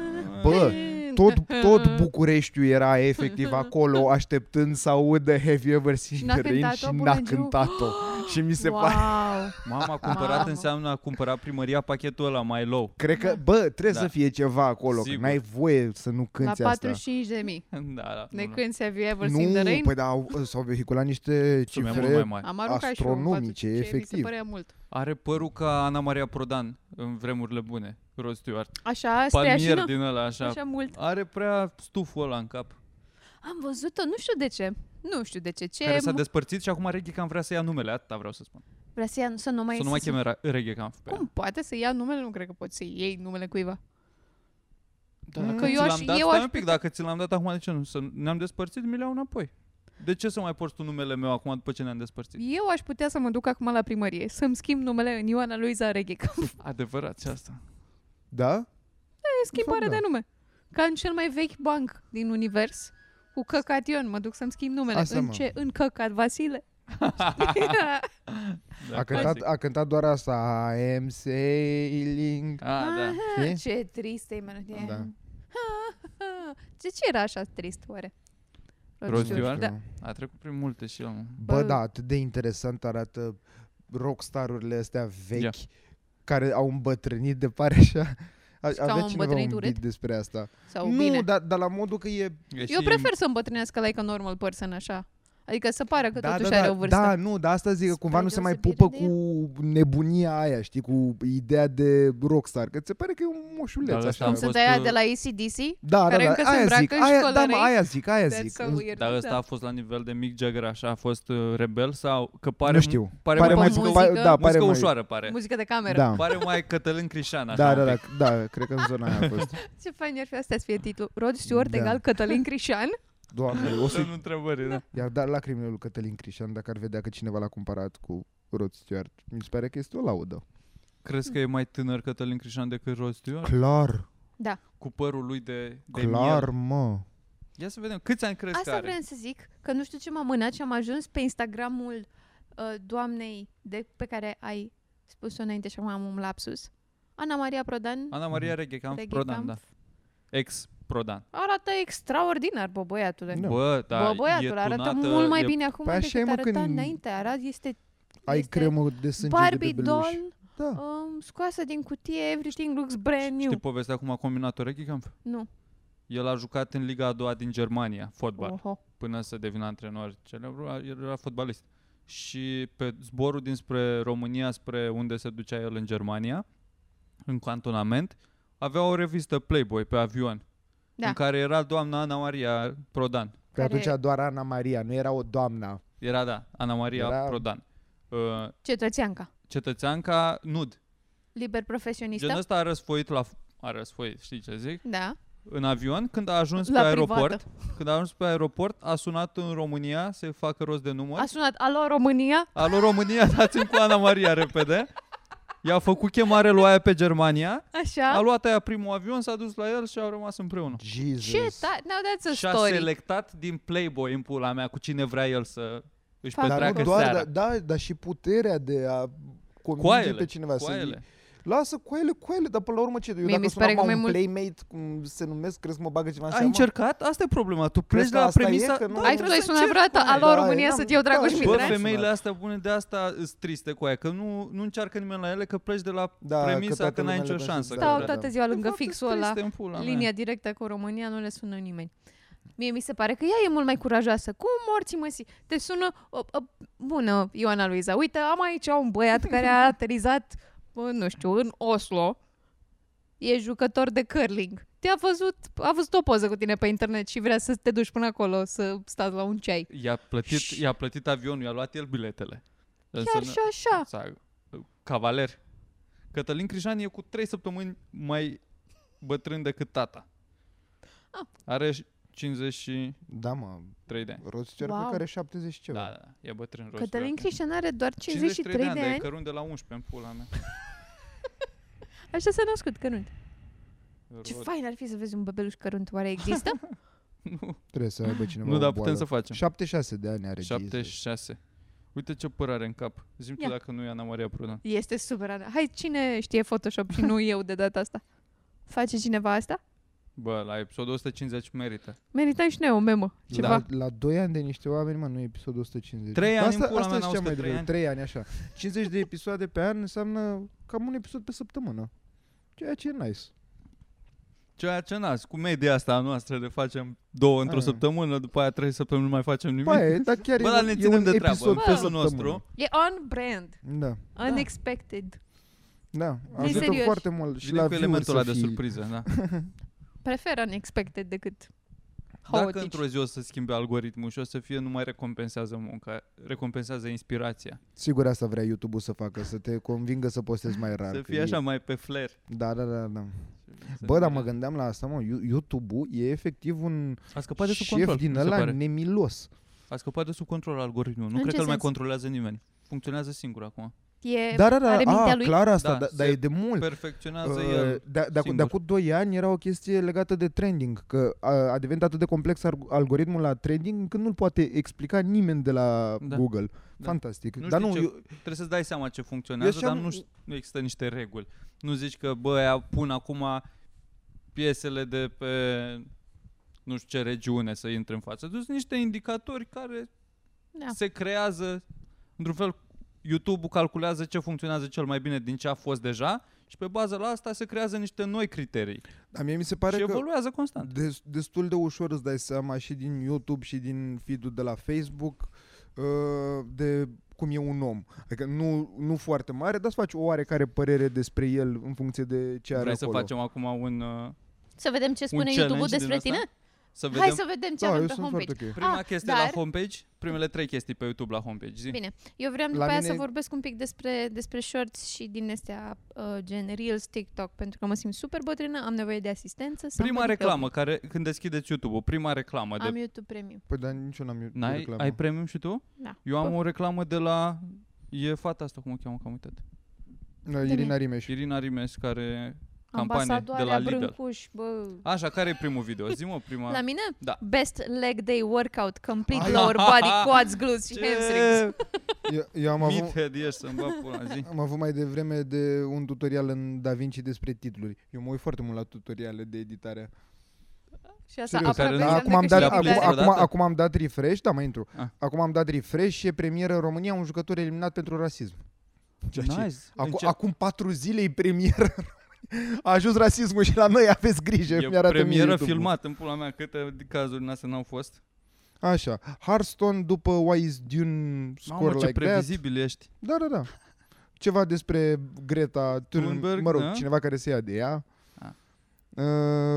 Speaker 3: Bă, Tot, tot Bucureștiul era efectiv acolo așteptând să audă Have You Ever
Speaker 1: Și
Speaker 3: Seen
Speaker 1: n-a
Speaker 3: the Rain
Speaker 1: cântat-o,
Speaker 3: și
Speaker 1: bună
Speaker 3: n-a
Speaker 1: ziua.
Speaker 3: cântat-o. și mi se
Speaker 1: wow.
Speaker 3: pare...
Speaker 2: Mama a cumpărat
Speaker 1: Mamă.
Speaker 2: înseamnă a cumpărat primăria pachetul ăla mai low.
Speaker 3: Cred că, bă, trebuie
Speaker 2: Da.
Speaker 3: să fie ceva acolo, că
Speaker 2: Sigur.
Speaker 3: n-ai voie să nu
Speaker 1: La
Speaker 3: cânti asta.
Speaker 1: 45 de mii.
Speaker 2: Da, da.
Speaker 1: De
Speaker 2: nu,
Speaker 1: când se have you ever seen the
Speaker 3: Nu,
Speaker 1: rain?
Speaker 3: păi da, au- s-au vehiculat niște
Speaker 2: Sume mult mai
Speaker 3: cifre.
Speaker 2: mari.
Speaker 1: Am aruncat și eu în
Speaker 3: astronomice,
Speaker 1: 45, Mi se
Speaker 3: efectiv.
Speaker 1: părea mult.
Speaker 2: Are părul ca Ana Maria Prodan în vremurile bune, Rod Stewart.
Speaker 1: Așa,
Speaker 2: Palmier
Speaker 1: streașină?
Speaker 2: din ăla, așa.
Speaker 1: Așa mult.
Speaker 2: Are prea stuful ăla în cap.
Speaker 1: Am văzut-o, nu știu de ce. Nu știu de ce. Ce
Speaker 2: Care s-a despărțit și acum Reghe Camp vrea să ia numele, atâta vreau să spun.
Speaker 1: Vrea să, ia, să nu mai...
Speaker 2: să nu mai cheme Ra- Reghe Camp pe ea.
Speaker 1: Cum poate să ia numele? Nu cred că poți să iei numele cuiva.
Speaker 2: Da,
Speaker 3: Mm.
Speaker 2: dacă
Speaker 3: Că eu
Speaker 2: ți l-am
Speaker 1: aș-
Speaker 2: dat,
Speaker 1: eu
Speaker 2: stai
Speaker 1: aș
Speaker 2: un pic,
Speaker 1: putea-
Speaker 2: dacă ți l-am dat acum, de ce nu? Să ne-am despărțit, mi le iau înapoi. De ce să mai porți tu numele meu acum după ce ne-am despărțit?
Speaker 1: Eu aș putea să mă duc acum la primărie, să-mi schimb numele în Ioana Luiza Reghic.
Speaker 2: Adevărat și asta.
Speaker 3: Da?
Speaker 1: E schimbare
Speaker 3: fapt,
Speaker 1: de
Speaker 3: da.
Speaker 1: nume. Ca în cel mai vechi banc din univers, cu căcation, mă duc să-mi schimb numele.
Speaker 3: Asta,
Speaker 1: în
Speaker 3: mă.
Speaker 1: ce? În căcat Vasile.
Speaker 2: Da,
Speaker 3: A cântat,
Speaker 2: clasic.
Speaker 3: a cântat doar asta. I am sailing.
Speaker 2: A, da.
Speaker 1: Aha,
Speaker 3: Știi?
Speaker 1: ce tristă e melodie.
Speaker 3: Da.
Speaker 1: De ce era așa trist, oare? Rod
Speaker 2: Rod
Speaker 1: Stewart.
Speaker 2: Stewart?
Speaker 1: Da.
Speaker 2: A trecut prin multe și el. mă.
Speaker 3: Bă,
Speaker 1: Bă.
Speaker 3: da, atât de interesant arată rockstarurile astea vechi
Speaker 2: Da.
Speaker 3: yeah. care au îmbătrânit de pare așa. A,
Speaker 1: Și că au
Speaker 3: avea cineva
Speaker 1: îmbătrânit
Speaker 3: un
Speaker 1: urât?
Speaker 3: bit despre asta.
Speaker 1: Sau
Speaker 3: nu, da,
Speaker 1: bine.
Speaker 3: dar dar la modul că e...
Speaker 2: E
Speaker 1: Eu
Speaker 2: și-
Speaker 1: prefer să îmbătrânească like a normal person așa. Adică să pară că
Speaker 3: da,
Speaker 1: totuși
Speaker 3: da,
Speaker 1: are
Speaker 3: da,
Speaker 1: o vârstă.
Speaker 3: Da, nu, dar asta zic că cumva
Speaker 1: Spre
Speaker 3: nu se mai
Speaker 1: deosebire
Speaker 3: pupă
Speaker 1: de
Speaker 3: cu nebunia aia, știi, cu ideea de rockstar, că ți se pare că e un moșuleț
Speaker 2: Dar ăsta
Speaker 3: așa.
Speaker 2: am
Speaker 1: Sunt
Speaker 2: fost,
Speaker 1: aia
Speaker 2: uh,
Speaker 1: de la ACDC?
Speaker 3: Da,
Speaker 1: care
Speaker 3: da,
Speaker 1: încă
Speaker 3: da,
Speaker 1: se
Speaker 3: aia
Speaker 1: îmbracă
Speaker 3: zic,
Speaker 1: și
Speaker 3: aia, da,
Speaker 1: colorei.
Speaker 3: mă, aia zic, aia
Speaker 1: That's
Speaker 3: zic.
Speaker 1: so
Speaker 3: Nu-
Speaker 1: weird.
Speaker 2: Dar ăsta
Speaker 1: da.
Speaker 2: a fost la nivel de Mick Jagger, așa, a fost uh, rebel sau că pare
Speaker 3: Nu știu.
Speaker 2: pare,
Speaker 1: mai
Speaker 2: mai
Speaker 1: muzică-
Speaker 2: muzică,
Speaker 1: muzică
Speaker 3: da, pare
Speaker 2: muzică
Speaker 3: mai,
Speaker 2: ușoară pare.
Speaker 1: Muzică de cameră.
Speaker 3: Da.
Speaker 2: Pare mai Cătălin Crișan, așa.
Speaker 3: Da,
Speaker 2: un
Speaker 3: da, da,
Speaker 2: pic.
Speaker 3: da, cred că în zona aia a fost.
Speaker 1: Ce fain ar fi asta să fie titlul. Rod Stewart
Speaker 3: Da.
Speaker 1: egal Cătălin Crișan?
Speaker 3: Doamne, o să
Speaker 2: Sunt întrebări, da.
Speaker 3: i-ar da lacrimile lui Cătălin Crișan dacă ar vedea că cineva l-a comparat cu Rod Stewart. Mi se pare că este o laudă.
Speaker 2: Crezi că e mai tânăr Cătălin Crișan decât Rod Stewart?
Speaker 3: Clar,
Speaker 2: Cu părul lui de, de
Speaker 3: clar,
Speaker 2: miel.
Speaker 3: mă.
Speaker 2: Ia să vedem, câți ani crezi că
Speaker 1: Asta
Speaker 2: are?
Speaker 1: vreau să zic, că nu știu ce m-am mânat și am ajuns pe Instagramul uh, doamnei de, pe care ai spus-o înainte și acum am un lapsus. Ana Maria Prodan
Speaker 2: Ana Maria Reghe, cam
Speaker 1: Reghe
Speaker 2: Prodan,
Speaker 1: Camp.
Speaker 2: da. Ex Prodan.
Speaker 1: arată extraordinar, bă, băiatule.
Speaker 3: Da.
Speaker 2: Bă, da,
Speaker 1: bă,
Speaker 2: e
Speaker 1: băiatul,
Speaker 2: tunată,
Speaker 1: arată mult mai
Speaker 2: e...
Speaker 1: bine acum
Speaker 3: Păi așa e,
Speaker 1: decât
Speaker 3: mă,
Speaker 1: arăta
Speaker 3: când
Speaker 1: înainte. Arată, este
Speaker 3: Ai
Speaker 1: Este
Speaker 3: cremă de sânge
Speaker 1: Barbie
Speaker 3: de bebeluș.
Speaker 1: doll,
Speaker 3: Da.
Speaker 1: um, scoasă din cutie, everything looks brand new.
Speaker 2: Știi povestea cum a combinat-o Reghe Camp?
Speaker 1: Nu.
Speaker 2: El a jucat în Liga a doua din Germania, fotbal.
Speaker 1: Oho.
Speaker 2: până să devină antrenor celebru, a- el era fotbalist. Și pe zborul dinspre România, spre unde se ducea el în Germania, în cantonament, avea o revistă Playboy pe avion,
Speaker 1: Da.
Speaker 2: în care era doamna Ana Maria Prodan.
Speaker 3: Pe
Speaker 1: Care-
Speaker 3: atunci doar Ana Maria, nu era o doamna.
Speaker 2: Era, da, Ana Maria
Speaker 3: Era-
Speaker 2: Prodan. Uh,
Speaker 1: Cetățeanca.
Speaker 2: cetățeanca nud.
Speaker 1: Liber profesionistă.
Speaker 2: Genul ăsta a răsfoit la... f- A răsfoit, știi ce zic?
Speaker 1: Da.
Speaker 2: În avion, când a ajuns
Speaker 1: La
Speaker 2: pe aeroport,
Speaker 1: privată.
Speaker 2: când a ajuns pe aeroport, a sunat în România să facă rost de număr.
Speaker 1: A sunat, alo, România?
Speaker 2: Alo România, dați-mi cu Ana Maria repede. I-a făcut chemare lui aia pe Germania,
Speaker 1: Așa.
Speaker 2: a luat aia primul avion, s-a dus la el și au rămas împreună.
Speaker 3: Jesus.
Speaker 1: Da. Ce ta- Now that's a
Speaker 2: Și a
Speaker 1: story.
Speaker 2: selectat din Playboy în pula mea cu cine vrea el să își
Speaker 1: Fac
Speaker 3: dar
Speaker 2: petreacă
Speaker 3: nu doar,
Speaker 2: seara.
Speaker 3: da, da, dar și puterea de a convinge
Speaker 2: Coaiele,
Speaker 3: pe cineva
Speaker 2: coaiele.
Speaker 3: să Lasă coaiele, coaiele, dar până la urmă ce? Eu
Speaker 1: Mie
Speaker 3: dacă
Speaker 1: mi se pare
Speaker 3: sunam
Speaker 1: că
Speaker 3: la un
Speaker 1: mai mult-
Speaker 3: playmate, cum se numesc, crezi că mă bagă cineva în
Speaker 2: Ai
Speaker 3: seamă?
Speaker 2: încercat? Asta e problema. Tu pleci
Speaker 3: Crezi
Speaker 2: de
Speaker 3: că
Speaker 2: la
Speaker 3: asta e?
Speaker 2: premisa...
Speaker 3: Că nu-
Speaker 2: Da,
Speaker 1: Ai
Speaker 2: tu
Speaker 1: vrut să-i
Speaker 2: să
Speaker 1: sună
Speaker 2: încerci,
Speaker 1: vreodată,
Speaker 2: coaie.
Speaker 1: alo,
Speaker 3: Da,
Speaker 1: România,
Speaker 3: eram-
Speaker 1: sunt eu, Dragoș
Speaker 3: da, și-
Speaker 2: Bă,
Speaker 1: Mitre?
Speaker 3: Dragi,
Speaker 2: femeile
Speaker 3: mă.
Speaker 2: astea bune de asta sunt triste cu aia, că nu, nu încearcă nimeni la ele, că pleci de la
Speaker 3: Da, că
Speaker 2: premisa că,
Speaker 3: toată
Speaker 2: n-ai
Speaker 3: lumea le
Speaker 2: nicio
Speaker 3: vrea
Speaker 2: șansă.
Speaker 3: să-
Speaker 2: că
Speaker 3: Da,
Speaker 1: Stau
Speaker 2: vrea.
Speaker 3: da,
Speaker 1: toată ziua
Speaker 2: De
Speaker 1: lângă
Speaker 2: fapt,
Speaker 1: fixul
Speaker 2: sunt
Speaker 1: ăla.
Speaker 2: triste în pula mea.
Speaker 1: Linia directă cu România nu le sună nimeni. Mie mi se pare că ea e mult mai curajoasă. Cum morții măsi? Te sună... O, o, bună, Ioana Luiza. Uite, am aici un băiat care a aterizat, bă, nu știu, în Oslo. E jucător de curling. Te-a văzut, a văzut o poză cu tine pe internet și vrea să te duci până acolo, să stați la un ceai.
Speaker 2: I-a plătit,
Speaker 1: Ș-
Speaker 2: i-a plătit avionul, i-a luat el biletele.
Speaker 1: Chiar și așa.
Speaker 2: așa. Cavaler. uh, Cătălin Crișan e cu trei săptămâni mai bătrân decât tata.
Speaker 1: Ah.
Speaker 2: Are și 53
Speaker 3: Da, mă,
Speaker 2: de ani.
Speaker 3: Rod Stewart
Speaker 1: Wow.
Speaker 3: wow. care 70 și
Speaker 2: Da,
Speaker 3: ceva.
Speaker 2: da, da, e bătrân. da. Rod
Speaker 1: Cătălin
Speaker 2: Stewart.
Speaker 1: Crișan are doar 53, de,
Speaker 2: de
Speaker 1: ani.
Speaker 2: dar e cărun de la 11 în pula mea.
Speaker 1: Așa s-a născut cărunt. Ce
Speaker 2: Rod.
Speaker 1: fain ar fi să vezi un bebeluș cărunt. Oare există?
Speaker 2: Nu,
Speaker 3: Trebuie să
Speaker 1: Ah.
Speaker 3: aibă cineva
Speaker 2: nu
Speaker 3: o
Speaker 2: dar
Speaker 3: boală.
Speaker 2: putem să facem.
Speaker 3: 76 de ani are 76.
Speaker 2: 76. Uite ce păr are în cap. Zim
Speaker 1: Ia.
Speaker 2: tu dacă nu e Ana Maria Prudan.
Speaker 1: este super, Ana. Hai, cine știe Photoshop și nu eu de data asta? Face cineva asta?
Speaker 2: Bă, la episodul 150 merită.
Speaker 1: Meritai și noi o memă, ceva.
Speaker 2: Da.
Speaker 3: La, la 2 ani de niște oameni, mă, nu e episodul 150.
Speaker 2: Trei ani
Speaker 3: asta,
Speaker 2: în pula
Speaker 3: asta
Speaker 2: mea,
Speaker 3: e
Speaker 2: n-auzi
Speaker 3: cea
Speaker 2: că
Speaker 3: mai
Speaker 2: trei
Speaker 3: drăguță,
Speaker 2: ani?
Speaker 3: trei ani, așa. 50 de episoade pe an înseamnă cam un episod pe săptămână. Ceea ce e nice.
Speaker 2: Ceea ce nas, cu media asta a noastră le facem două într-o
Speaker 3: Ah.
Speaker 2: săptămână, după aia trei săptămâni nu mai facem nimic.
Speaker 3: Ba, e, dar chiar
Speaker 2: Bă,
Speaker 3: Păi, e,
Speaker 2: dar
Speaker 3: un-
Speaker 2: ne
Speaker 3: e
Speaker 2: ținem
Speaker 3: un
Speaker 2: de treabă.
Speaker 3: episod
Speaker 2: în
Speaker 1: Bă.
Speaker 3: pe
Speaker 2: cazul
Speaker 3: săptămână.
Speaker 2: nostru.
Speaker 1: E on brand,
Speaker 3: Da,
Speaker 1: unexpected.
Speaker 3: da.
Speaker 1: Fii
Speaker 3: Ajută
Speaker 1: serios.
Speaker 3: foarte mult și
Speaker 2: Vine
Speaker 3: la
Speaker 2: cu
Speaker 3: view
Speaker 2: elementul
Speaker 3: să
Speaker 2: ăla de
Speaker 3: fii-
Speaker 2: surpriză, da.
Speaker 1: Prefer unexpected decât
Speaker 2: Dacă
Speaker 1: haotic.
Speaker 2: într-o zi o să schimbe algoritmul și o să fie, nu mai recompensează munca, recompensează inspirația.
Speaker 3: Sigur asta vrea YouTube-ul să facă, să te convingă să postezi mai rar.
Speaker 2: să
Speaker 3: Da, că
Speaker 2: fie
Speaker 3: e-
Speaker 2: așa mai pe flair.
Speaker 3: Da, da, da, da.
Speaker 2: Să
Speaker 3: Bă, dar
Speaker 2: fie-
Speaker 3: mă gândeam la asta, mă, You- YouTube-ul e efectiv un
Speaker 2: A scăpat de sub
Speaker 3: șef
Speaker 2: control,
Speaker 3: din
Speaker 2: mi se
Speaker 3: ăla
Speaker 2: pare.
Speaker 3: nemilos.
Speaker 2: A scăpat de sub control algoritmul. Nu
Speaker 1: În
Speaker 2: cred
Speaker 1: ce
Speaker 2: că îl mai
Speaker 1: sens?
Speaker 2: controlează nimeni. Funcționează singur acum.
Speaker 1: E,
Speaker 3: Da, da, da,
Speaker 1: are mintea
Speaker 3: a,
Speaker 1: lui?
Speaker 3: clar asta,
Speaker 2: Da,
Speaker 3: da, dar
Speaker 2: se
Speaker 3: e de mult.
Speaker 2: Perfecționează
Speaker 3: Uh,
Speaker 2: el.
Speaker 3: da, da, cu,
Speaker 2: singur.
Speaker 3: da, cu 2 ani era o chestie legată de trending, că a, a devenit atât de complex arg- algoritmul la trending încât nu-l poate explica nimeni de la
Speaker 2: Da.
Speaker 3: Google.
Speaker 2: Da.
Speaker 3: Fantastic.
Speaker 2: Nu
Speaker 3: dar
Speaker 2: știi
Speaker 3: nu,
Speaker 2: ce-
Speaker 3: eu,
Speaker 2: Trebuie să-ți dai seama ce funcționează,
Speaker 3: Eu
Speaker 2: dar
Speaker 3: și-am-
Speaker 2: nu, ș- nu există niște reguli. Nu zici că, bă, aia pun acum piesele de pe nu știu ce regiune să intre în față. Deci sunt niște indicatori care
Speaker 1: Da.
Speaker 2: da. se creează, într-un fel, YouTube-ul calculează ce funcționează cel mai bine din ce a fost deja și pe baza la asta se creează niște noi criterii
Speaker 3: dar mie mi se
Speaker 2: Pare
Speaker 3: pare
Speaker 2: și
Speaker 3: că
Speaker 2: evoluează constant.
Speaker 3: des, destul de ușor îți dai seama și din YouTube și din feed-ul de la Facebook uh, de cum e un om. Adică nu, nu foarte mare, dar îți faci o oarecare părere despre el în funcție de ce are
Speaker 2: Vrei să
Speaker 3: acolo.
Speaker 2: facem acum un, uh,
Speaker 1: Să vedem ce spune
Speaker 2: challenge
Speaker 1: YouTube-ul
Speaker 2: din
Speaker 1: despre
Speaker 2: ăsta?
Speaker 1: tine?
Speaker 2: să vedem
Speaker 1: Hai să vedem ce
Speaker 3: da,
Speaker 1: avem
Speaker 3: eu
Speaker 1: pe
Speaker 3: sunt foarte
Speaker 1: homepage.
Speaker 3: ok.
Speaker 2: prima
Speaker 1: Ah,
Speaker 2: chestie
Speaker 1: dar-
Speaker 2: la homepage, primele trei chestii pe YouTube la homepage, zi.
Speaker 1: Bine, eu vreau după
Speaker 3: La
Speaker 1: aia
Speaker 3: mine-
Speaker 1: să vorbesc un pic despre, despre shorts și din astea uh, gen Reels, TikTok, pentru că mă simt super bătrână, am nevoie de asistență. somebody
Speaker 2: Prima
Speaker 1: help
Speaker 2: reclamă, care, când deschideți YouTube-ul, prima reclamă
Speaker 1: me.
Speaker 2: de...
Speaker 1: Am YouTube Premium.
Speaker 3: Păi, dar nici eu n-am eu-
Speaker 2: N-ai,
Speaker 3: reclamă.
Speaker 2: ai premium și tu?
Speaker 1: Da.
Speaker 2: Eu am
Speaker 1: Bă.
Speaker 2: o reclamă de la... E fata asta, cum o cheamă, că am uitat.
Speaker 3: Da, Irina Rimeș.
Speaker 2: Irina Rimes, care... Campanie de la
Speaker 1: Ambasadoarea
Speaker 2: Lidl.
Speaker 1: Brâncuș, bă.
Speaker 2: Așa, care e primul video? Zi-mă prima...
Speaker 1: La mine?
Speaker 2: Da.
Speaker 1: Best leg day workout, complete
Speaker 3: Ai.
Speaker 1: lower body, quads, glutes și
Speaker 2: Ce
Speaker 1: hamstrings.
Speaker 3: Eu, eu am, avut,
Speaker 2: Meathead ești să-mi bag pula, zi.
Speaker 3: am avut mai devreme de un tutorial în DaVinci despre titluri. Eu mă uit foarte mult la tutoriale de editare.
Speaker 1: Și asta
Speaker 3: Serios,
Speaker 1: aproape
Speaker 2: care
Speaker 3: Da,
Speaker 2: nu-
Speaker 1: înseamnă că
Speaker 3: acum, am dat,
Speaker 1: și
Speaker 2: le-a prins
Speaker 3: acum,
Speaker 1: Lidl.
Speaker 3: acum,
Speaker 2: vreodată?
Speaker 3: acum am dat refresh, da, mai intru.
Speaker 2: Ah.
Speaker 3: Acum am dat refresh și e premieră România un jucător eliminat pentru rasism. Ceea ce-
Speaker 2: Nice.
Speaker 3: Acu-
Speaker 2: Înce-
Speaker 3: Acum patru zile e premieră. A ajuns rasismul și la noi, aveți grijă.
Speaker 2: E
Speaker 3: mi-arată mie
Speaker 2: premieră
Speaker 3: YouTube-ul.
Speaker 2: filmat în pula mea, câte cazuri din astea n-au fost.
Speaker 3: Așa. Hearthstone după Why is Dune score
Speaker 2: Mamă, ce
Speaker 3: like that.
Speaker 2: previzibil ești.
Speaker 3: Da, da, da. Ceva despre Greta Thunberg,
Speaker 2: Thunberg,
Speaker 3: mă rog,
Speaker 2: da.
Speaker 3: cineva care se ia de ea.
Speaker 2: Ah.
Speaker 3: Uh,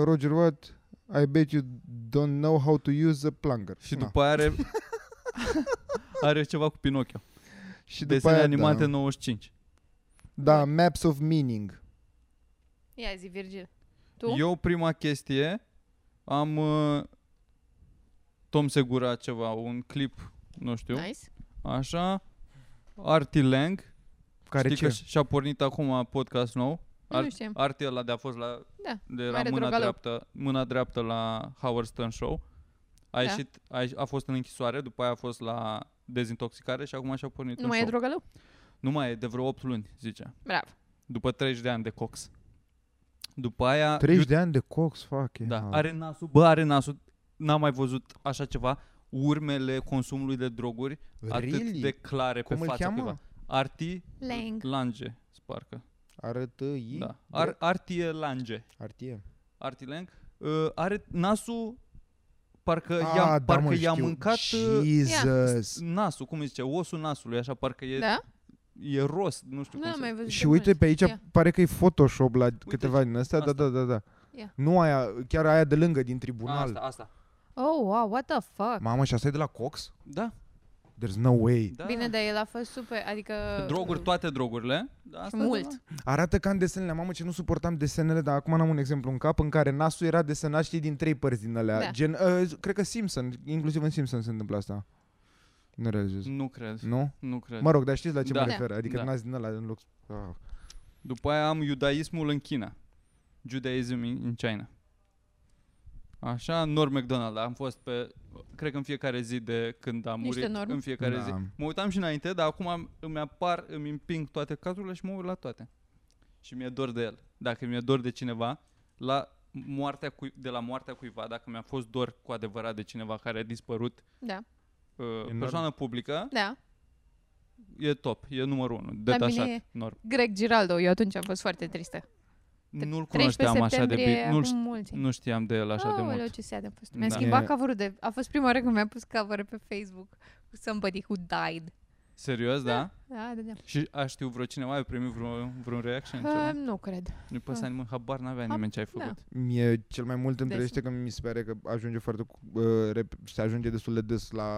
Speaker 3: Roger Watt, I bet you don't know how to use a plunger.
Speaker 2: Și
Speaker 3: Na.
Speaker 2: după aia are... are ceva cu Pinocchio.
Speaker 3: și după
Speaker 2: Desene
Speaker 3: aia,
Speaker 2: animate
Speaker 3: da,
Speaker 2: 95.
Speaker 3: da, Maps of Meaning.
Speaker 1: Ia zi, Virgil. Tu?
Speaker 2: Eu prima chestie am uh, Tom Segura ceva, un clip, nu știu,
Speaker 1: Nice.
Speaker 2: așa, Artie Lang,
Speaker 3: Care
Speaker 2: știi
Speaker 3: ce?
Speaker 2: că și- și-a pornit acum podcast nou,
Speaker 1: Nu
Speaker 2: Ar-
Speaker 1: știam.
Speaker 2: Artie ăla de a fost la,
Speaker 1: Da,
Speaker 2: de la
Speaker 1: mare
Speaker 2: mâna,
Speaker 1: drogalău.
Speaker 2: dreaptă, mâna dreaptă la Howard Stern Show, a,
Speaker 1: Da.
Speaker 2: ieșit, a, ieș- a fost în închisoare, după aia a fost la dezintoxicare și acum și-a pornit
Speaker 1: Nu
Speaker 2: un
Speaker 1: mai e
Speaker 2: show.
Speaker 1: drogalău?
Speaker 2: nu mai e, de vreo 8 luni, zicea,
Speaker 1: Bravo.
Speaker 2: după 30 de ani de cox. După aia,
Speaker 3: 30 de ani de cox, fuck yeah.
Speaker 2: Da, are nasul, bă, are nasul. N-am mai văzut așa ceva. Urmele consumului de droguri atât
Speaker 3: Really?
Speaker 2: de clare
Speaker 3: Cum
Speaker 2: pe
Speaker 3: îl
Speaker 2: fața
Speaker 3: cheamă?
Speaker 2: cuiva. Arti
Speaker 1: Lang.
Speaker 2: Lange, sparcă.
Speaker 3: Arătă i
Speaker 2: Da. Ar, Artie Lange.
Speaker 3: Artie.
Speaker 2: Artie Lang. Uh, are nasul parcă
Speaker 3: Ah,
Speaker 2: i-am,
Speaker 3: da,
Speaker 2: parcă
Speaker 3: mă,
Speaker 2: i-am
Speaker 3: știu.
Speaker 2: mâncat uh,
Speaker 3: Jesus.
Speaker 2: nasul, cum îi zice, osul nasului, așa parcă e,
Speaker 1: Da?
Speaker 2: e rost, nu știu
Speaker 1: Nu
Speaker 2: cum
Speaker 1: am
Speaker 2: se-
Speaker 1: mai văzut.
Speaker 3: Și
Speaker 1: de
Speaker 3: uite
Speaker 1: mult.
Speaker 3: pe aici,
Speaker 1: Ia.
Speaker 3: pare că e Photoshop la câteva din astea, da,
Speaker 2: asta.
Speaker 3: da, da, da.
Speaker 1: Ia.
Speaker 3: Nu aia, chiar aia de lângă, din
Speaker 2: A,
Speaker 3: tribunal.
Speaker 2: Asta, asta.
Speaker 1: Oh, wow, what the fuck.
Speaker 3: Mamă, și asta e de la Cox?
Speaker 2: Da,
Speaker 3: There's no way.
Speaker 2: da.
Speaker 1: Bine, dar el a fost super, adică...
Speaker 2: Droguri, toate drogurile. Da, asta e
Speaker 1: mult.
Speaker 2: ceva.
Speaker 3: Arată ca în desenele, mamă ce nu suportam desenele, dar acum am un exemplu în cap în care nasul era desenat, știi, din trei părți din alea.
Speaker 1: Da.
Speaker 3: Gen, uh, cred că Simpson, inclusiv în Simpson se întâmplă asta. Nu realizez.
Speaker 2: Nu cred,
Speaker 3: Nu?
Speaker 2: nu cred.
Speaker 3: Mă rog, dar știți la ce
Speaker 2: Mm. Da.
Speaker 3: mă refer, adică
Speaker 2: Da.
Speaker 3: nas din ăla în loc... Ah.
Speaker 2: După aia am iudaismul în China. Judaism in, in China. Așa, Norm MacDonald. Am fost pe, cred că în fiecare zi de când am
Speaker 1: Niște
Speaker 2: murit.
Speaker 1: norme.
Speaker 2: În fiecare
Speaker 3: Da.
Speaker 2: zi. Mă uitam și înainte, dar acum am- îmi apar, îmi împing toate cazurile și mă uit la toate. Și mi-e dor de el. Dacă mi-e dor de cineva, la moartea cui, de la moartea cuiva, dacă mi-a fost dor cu adevărat de cineva care a dispărut,
Speaker 1: Da,
Speaker 2: uh,
Speaker 3: Enorm.
Speaker 2: persoană publică,
Speaker 1: da.
Speaker 2: e top, e numărul unu,
Speaker 1: La mine
Speaker 2: detașat,
Speaker 1: e-
Speaker 2: norm.
Speaker 1: Greg Giraldo, eu atunci am fost foarte tristă.
Speaker 2: Nu-l
Speaker 1: 13
Speaker 2: cunoșteam așa de
Speaker 1: septembrie,
Speaker 2: bine, nu-l,
Speaker 1: acum mulți ani.
Speaker 2: nu știam de el așa de
Speaker 1: Aoleu,
Speaker 2: mult.
Speaker 1: ce seadă am fost. Mi-am
Speaker 2: Da.
Speaker 1: schimbat
Speaker 3: E-
Speaker 1: cover de... A fost prima oară când mi-am pus cover pe Facebook cu somebody who died.
Speaker 2: Serios, da?
Speaker 1: Da, da, da.
Speaker 2: Și a știu vreo cineva, ai primit vreo, vreun reaction?
Speaker 1: Uh,
Speaker 2: ceva?
Speaker 1: nu cred.
Speaker 2: Nu-i păsa nimeni, habar n-avea nimeni ce ai
Speaker 1: da.
Speaker 2: făcut.
Speaker 3: Mie cel mai mult îmi
Speaker 1: Des.
Speaker 3: trăiește că mi se pare că ajunge foarte cu- uh, rep- se ajunge destul de des la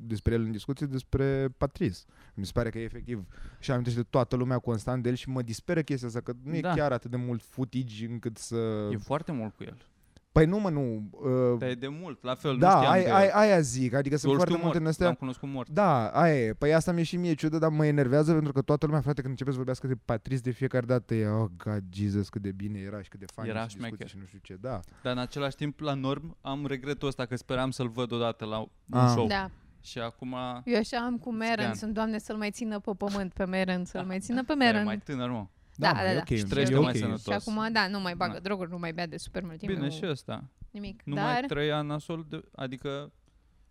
Speaker 3: despre el în discuții, despre Patrice. Mi se pare că e efectiv și amintește toată lumea constant de el și mă disperă chestia asta, că nu e
Speaker 2: Da.
Speaker 3: chiar atât de mult footage încât să...
Speaker 2: E foarte mult cu el.
Speaker 3: Păi nu mă, nu... Uh,
Speaker 2: Dar e de mult, la fel, nu
Speaker 3: da,
Speaker 2: știam
Speaker 3: ai,
Speaker 2: de
Speaker 3: ai,
Speaker 2: el.
Speaker 3: aia zic, adică sunt
Speaker 2: Eu îl
Speaker 3: foarte
Speaker 2: știu
Speaker 3: multe
Speaker 2: mort,
Speaker 3: în astea...
Speaker 2: L-am cunoscut mort.
Speaker 3: Da, aia e. Păi asta mi-e și mie ciudă, dar mă enervează pentru că toată lumea, frate, când începe să vorbească de Patrice de fiecare dată, e, oh, God, Jesus, cât de bine era și cât de fain
Speaker 2: Era
Speaker 3: și discuții
Speaker 2: șmecher.
Speaker 3: și nu știu ce, da.
Speaker 2: Dar în același timp, la norm, am regretul ăsta că speram să-l văd odată la un
Speaker 3: Ah.
Speaker 2: show.
Speaker 1: Da.
Speaker 2: Și acum...
Speaker 1: Eu așa am cu Meron,
Speaker 2: Oh. Scan.
Speaker 1: sunt doamne să-l mai țină pe pământ, pe Meron, să-l mai țină pe
Speaker 2: Dar e
Speaker 1: Meron.
Speaker 2: mai tânăr, mă.
Speaker 1: Da, da,
Speaker 3: mă, e
Speaker 1: da.
Speaker 3: ok,
Speaker 1: Și
Speaker 3: e
Speaker 2: trăiește
Speaker 3: ok.
Speaker 2: mai sănătos.
Speaker 1: Și acum, da, nu mai bagă
Speaker 2: Da.
Speaker 1: droguri, nu mai bea de super mult timp.
Speaker 2: Bine
Speaker 1: nu-
Speaker 2: și ăsta.
Speaker 1: Nimic.
Speaker 2: Nu
Speaker 1: Dar
Speaker 2: mai trăia nasol, de, adică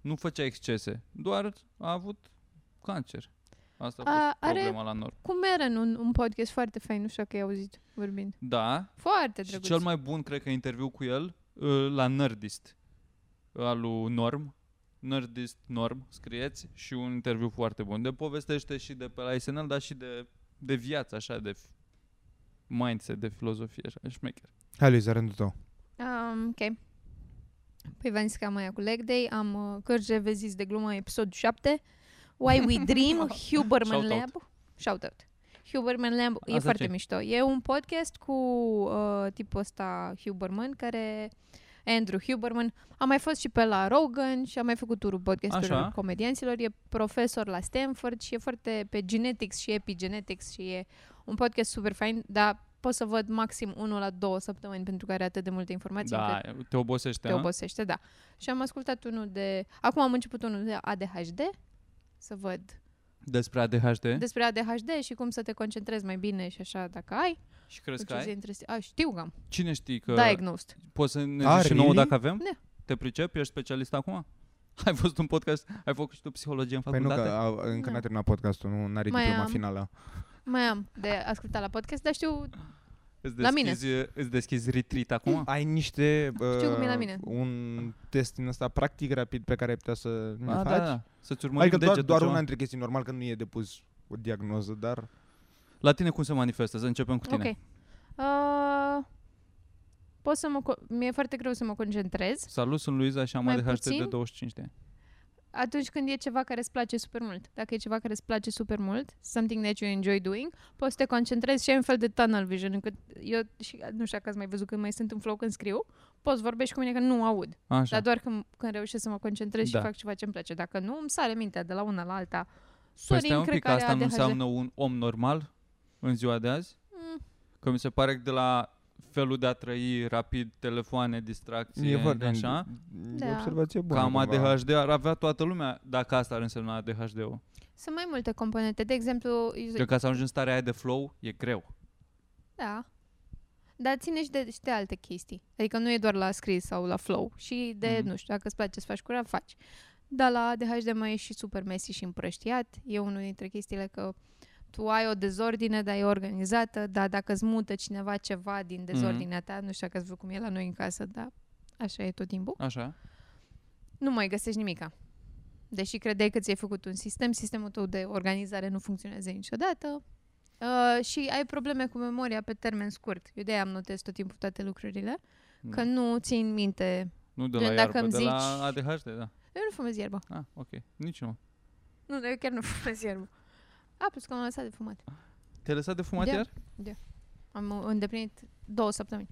Speaker 2: nu făcea excese. Doar a avut cancer. Asta a
Speaker 1: A,
Speaker 2: fost
Speaker 1: are-
Speaker 2: problema la norm.
Speaker 1: cu Meron un, un podcast foarte fain, nu știu că ai auzit vorbind.
Speaker 2: Da,
Speaker 1: Foarte
Speaker 2: Și
Speaker 1: drăguț.
Speaker 2: cel mai bun, cred că, interviu cu el uh, la Nerdist, al lui Norm. Nerdist Norm, scrieți, și un interviu foarte bun. De povestește și de pe la SNL, dar și de, de viață, așa, de f- mindset, de filozofie, așa, șmecher.
Speaker 3: Hai, Luisa, rândul tău.
Speaker 1: Um, ok. Păi v-am zis că am aia cu Leg Day, am uh, cărți revezis de glumă episodul 7, Why We Dream, Huberman
Speaker 2: Shout out.
Speaker 1: Lab. Shout out. Huberman Lab e
Speaker 2: Asta
Speaker 1: foarte
Speaker 2: ce?
Speaker 1: mișto. E un podcast cu uh, tipul ăsta Huberman, care... Andrew Huberman. A mai fost și pe la Rogan și a mai făcut turul podcasturilor
Speaker 2: Așa.
Speaker 1: comedianților. E profesor la Stanford și e foarte pe genetics și epigenetics și e un podcast super fain, dar pot să văd maxim 1 la 2 săptămâni pentru că are atât de multe informații
Speaker 2: Da,
Speaker 1: încât
Speaker 2: te obosește,
Speaker 1: te
Speaker 2: te
Speaker 1: obosește, da. Și am ascultat unul de... Acum am început unul de ADHD, să văd
Speaker 2: Despre ADHD.
Speaker 1: despre ADHD și cum să te concentrezi mai bine și așa dacă ai.
Speaker 2: și crezi că
Speaker 1: Ce zi
Speaker 2: ai?
Speaker 1: interesează. A, știu că am.
Speaker 2: Cine știi că...
Speaker 1: Diagnosed.
Speaker 2: Poți să ne
Speaker 3: Ah,
Speaker 2: zici și nouă
Speaker 3: really?
Speaker 2: dacă avem?
Speaker 1: Da.
Speaker 2: Te pricepi? Ești specialist acum? Ai fost un podcast, ai făcut și tu psihologie în
Speaker 3: Păi nu,
Speaker 2: facultate?
Speaker 3: că a, încă
Speaker 1: Da.
Speaker 3: n-a terminat podcastul, nu are
Speaker 1: Mai
Speaker 3: diploma
Speaker 1: am.
Speaker 3: finală.
Speaker 1: Mai am de ascultat la podcast, dar știu...
Speaker 2: îți
Speaker 1: la mine.
Speaker 2: deschizi, îți deschizi retreat acum?
Speaker 3: Ah. Ai niște... uh,
Speaker 1: Știu cum e la mine.
Speaker 3: Un test din ăsta practic rapid pe care ai putea să ne
Speaker 2: A,
Speaker 3: faci.
Speaker 2: da,
Speaker 1: deci-
Speaker 2: da. Să-ți urmărim
Speaker 3: Adică doar,
Speaker 2: degetul
Speaker 3: doar
Speaker 2: ceva.
Speaker 3: una dintre chestii, normal că nu e depus o diagnoză, dar...
Speaker 2: La tine cum se manifestă? Să începem cu tine.
Speaker 1: Ok. Uh, pot să mă... co- Mi-e foarte greu să mă concentrez
Speaker 2: Salut, sunt Luiza și am
Speaker 1: Mai
Speaker 2: ADHD de
Speaker 1: puțin?
Speaker 2: 25 de ani.
Speaker 1: atunci când e ceva care îți place super mult. Dacă e ceva care îți place super mult, something that you enjoy doing, poți să te concentrezi și ai un fel de tunnel vision, încât eu, și, nu știu dacă ați mai văzut când mai sunt în flow când scriu, poți vorbești cu mine că nu aud,
Speaker 2: Așa.
Speaker 1: dar doar când, când reușesc să mă concentrez
Speaker 2: Da.
Speaker 1: și fac ceva ce îmi place. Dacă nu, îmi sare mintea de la una la alta.
Speaker 2: păi
Speaker 1: Sorin,
Speaker 2: stai un
Speaker 1: cred
Speaker 2: pic,
Speaker 1: că are
Speaker 2: asta nu
Speaker 1: ADHD.
Speaker 2: înseamnă un om normal în ziua de azi?
Speaker 1: Mm.
Speaker 2: Că mi se pare că de la felul de a trăi rapid, telefoane, distracție, așa,
Speaker 1: Da.
Speaker 3: E observație bună.
Speaker 2: cam
Speaker 3: cumva.
Speaker 2: ADHD ar avea toată lumea, dacă asta ar însemna ADHD-ul.
Speaker 1: Sunt mai multe componente. De exemplu,
Speaker 2: Că ca să ajungi în starea aia de flow, e greu.
Speaker 1: Da. Dar ține și de, și de alte chestii. Adică nu e doar la scris sau la flow. Și de,
Speaker 2: Mhm.
Speaker 1: nu știu, dacă îți place să faci curat, faci. Dar la ADHD mai e și super messy și împrăștiat. E unul dintre chestiile că tu ai o dezordine, dar e organizată, dar dacă îți mută cineva ceva din dezordinea ta, nu știu dacă ați văzut cum e la noi în casă, dar așa e tot timpul,
Speaker 2: Așa.
Speaker 1: nu mai găsești nimica. Deși credeai că ți-ai făcut un sistem, sistemul tău de organizare nu funcționează niciodată, Uh, și ai probleme cu memoria pe termen scurt. Eu de-aia am notez tot timpul toate lucrurile,
Speaker 2: Da.
Speaker 1: că nu țin minte.
Speaker 2: Nu de la
Speaker 1: Gen,
Speaker 2: iarbă,
Speaker 1: dacă
Speaker 2: de
Speaker 1: îmi
Speaker 2: la
Speaker 1: zici-
Speaker 2: ADHD, da.
Speaker 1: Eu nu fumez ierbă.
Speaker 2: Ah, ok. Nici nu.
Speaker 1: Nu, eu chiar nu fumez ierbă. A, plus că am lăsat de fumat.
Speaker 2: Te-ai lăsat de fumat
Speaker 1: Da.
Speaker 2: iar?
Speaker 1: Am uh, îndeplinit două săptămâni.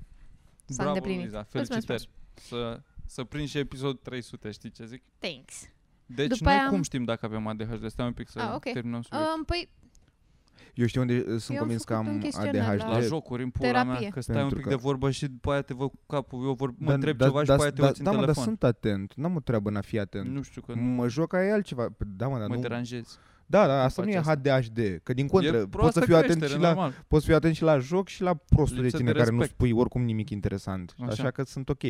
Speaker 1: S-a
Speaker 2: Bravo,
Speaker 1: îndeplinit.
Speaker 2: Luiza.
Speaker 1: Mulțumesc
Speaker 2: Felicitări. Să, să prind și episodul 300, știi ce zic?
Speaker 1: Thanks.
Speaker 2: Deci
Speaker 1: După
Speaker 2: După noi
Speaker 1: aia am-
Speaker 2: cum știm dacă avem ADHD? Stai un pic să
Speaker 1: Ah, ok.
Speaker 2: terminăm subiectul.
Speaker 1: Um, păi,
Speaker 3: Eu știu unde uh, sunt
Speaker 1: am
Speaker 3: convins că
Speaker 1: făcut un
Speaker 3: am
Speaker 1: chestionar
Speaker 3: ADHD.
Speaker 2: La jocuri, în pula
Speaker 1: Ah, terapie.
Speaker 2: mea, că stai
Speaker 3: Pentru
Speaker 2: un pic
Speaker 3: că-
Speaker 2: de vorbă și după aia te văd cu capul. Eu vor, mă
Speaker 3: Dar-
Speaker 2: întreb
Speaker 3: dar-
Speaker 2: ceva și
Speaker 3: dar-
Speaker 2: după aia te
Speaker 3: dar-
Speaker 2: uiți în
Speaker 3: Da, mă, dar
Speaker 2: telefon.
Speaker 3: sunt atent. N-am o treabă în a fi atent.
Speaker 2: Nu știu că nu
Speaker 3: Mă joc, aia e altceva. P- Da, mă, dar
Speaker 2: mă
Speaker 3: nu...
Speaker 2: deranjez.
Speaker 3: Da, da, asta
Speaker 2: faci
Speaker 3: nu e
Speaker 2: asta.
Speaker 3: HDHD, că din
Speaker 2: e
Speaker 3: contră, poți
Speaker 2: proastă
Speaker 3: să fiu atent
Speaker 2: creștere,
Speaker 3: și la
Speaker 2: normal.
Speaker 3: poți să fii atent și la joc și la prostul de
Speaker 2: Lipsă
Speaker 3: tine
Speaker 2: de
Speaker 3: care nu
Speaker 2: respect.
Speaker 3: spui oricum nimic interesant.
Speaker 2: Așa.
Speaker 3: Așa. așa că sunt ok.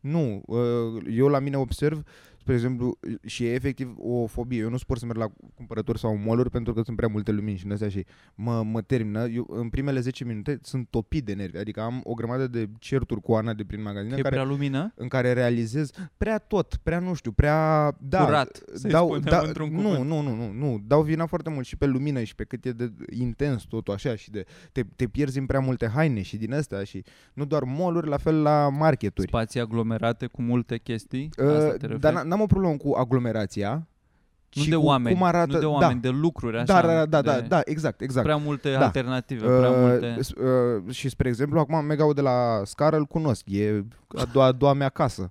Speaker 3: Nu, uh, eu la mine observ, spre exemplu, și e efectiv o fobie. Eu nu suport să merg la cumpărături sau mall pentru că sunt prea multe lumini și în astea și mă, mă termină. Eu, în primele 10 minute sunt topit de nervi. Adică am o grămadă de certuri cu Ana de prin magazin
Speaker 2: Că e
Speaker 3: care
Speaker 2: prea lumină?
Speaker 3: în care realizez prea tot, prea nu știu, prea da,
Speaker 2: Curat, să-i spunem într-un
Speaker 3: nu,
Speaker 2: cuvânt.
Speaker 3: nu, nu, nu, nu, dau vina foarte mult și pe lumină și pe cât e de intens totul așa și de te, te pierzi în prea multe haine și din astea și nu doar moluri, la fel la marketuri.
Speaker 2: Spații aglomerate cu multe chestii? Asta
Speaker 3: Uh,
Speaker 2: te
Speaker 3: dar
Speaker 2: referi?
Speaker 3: n- n-am o problemă cu aglomerația.
Speaker 2: nu
Speaker 3: ci
Speaker 2: de
Speaker 3: cu
Speaker 2: oameni,
Speaker 3: cum arată,
Speaker 2: nu de oameni, de lucruri
Speaker 3: da,
Speaker 2: așa.
Speaker 3: da, da, da, da,
Speaker 2: de-
Speaker 3: da, exact, exact.
Speaker 2: Prea multe
Speaker 3: Da.
Speaker 2: alternative, prea multe...
Speaker 3: Uh, s- uh, și spre exemplu, acum mega de la Scară îl cunosc, e a doua, a doua mea casă.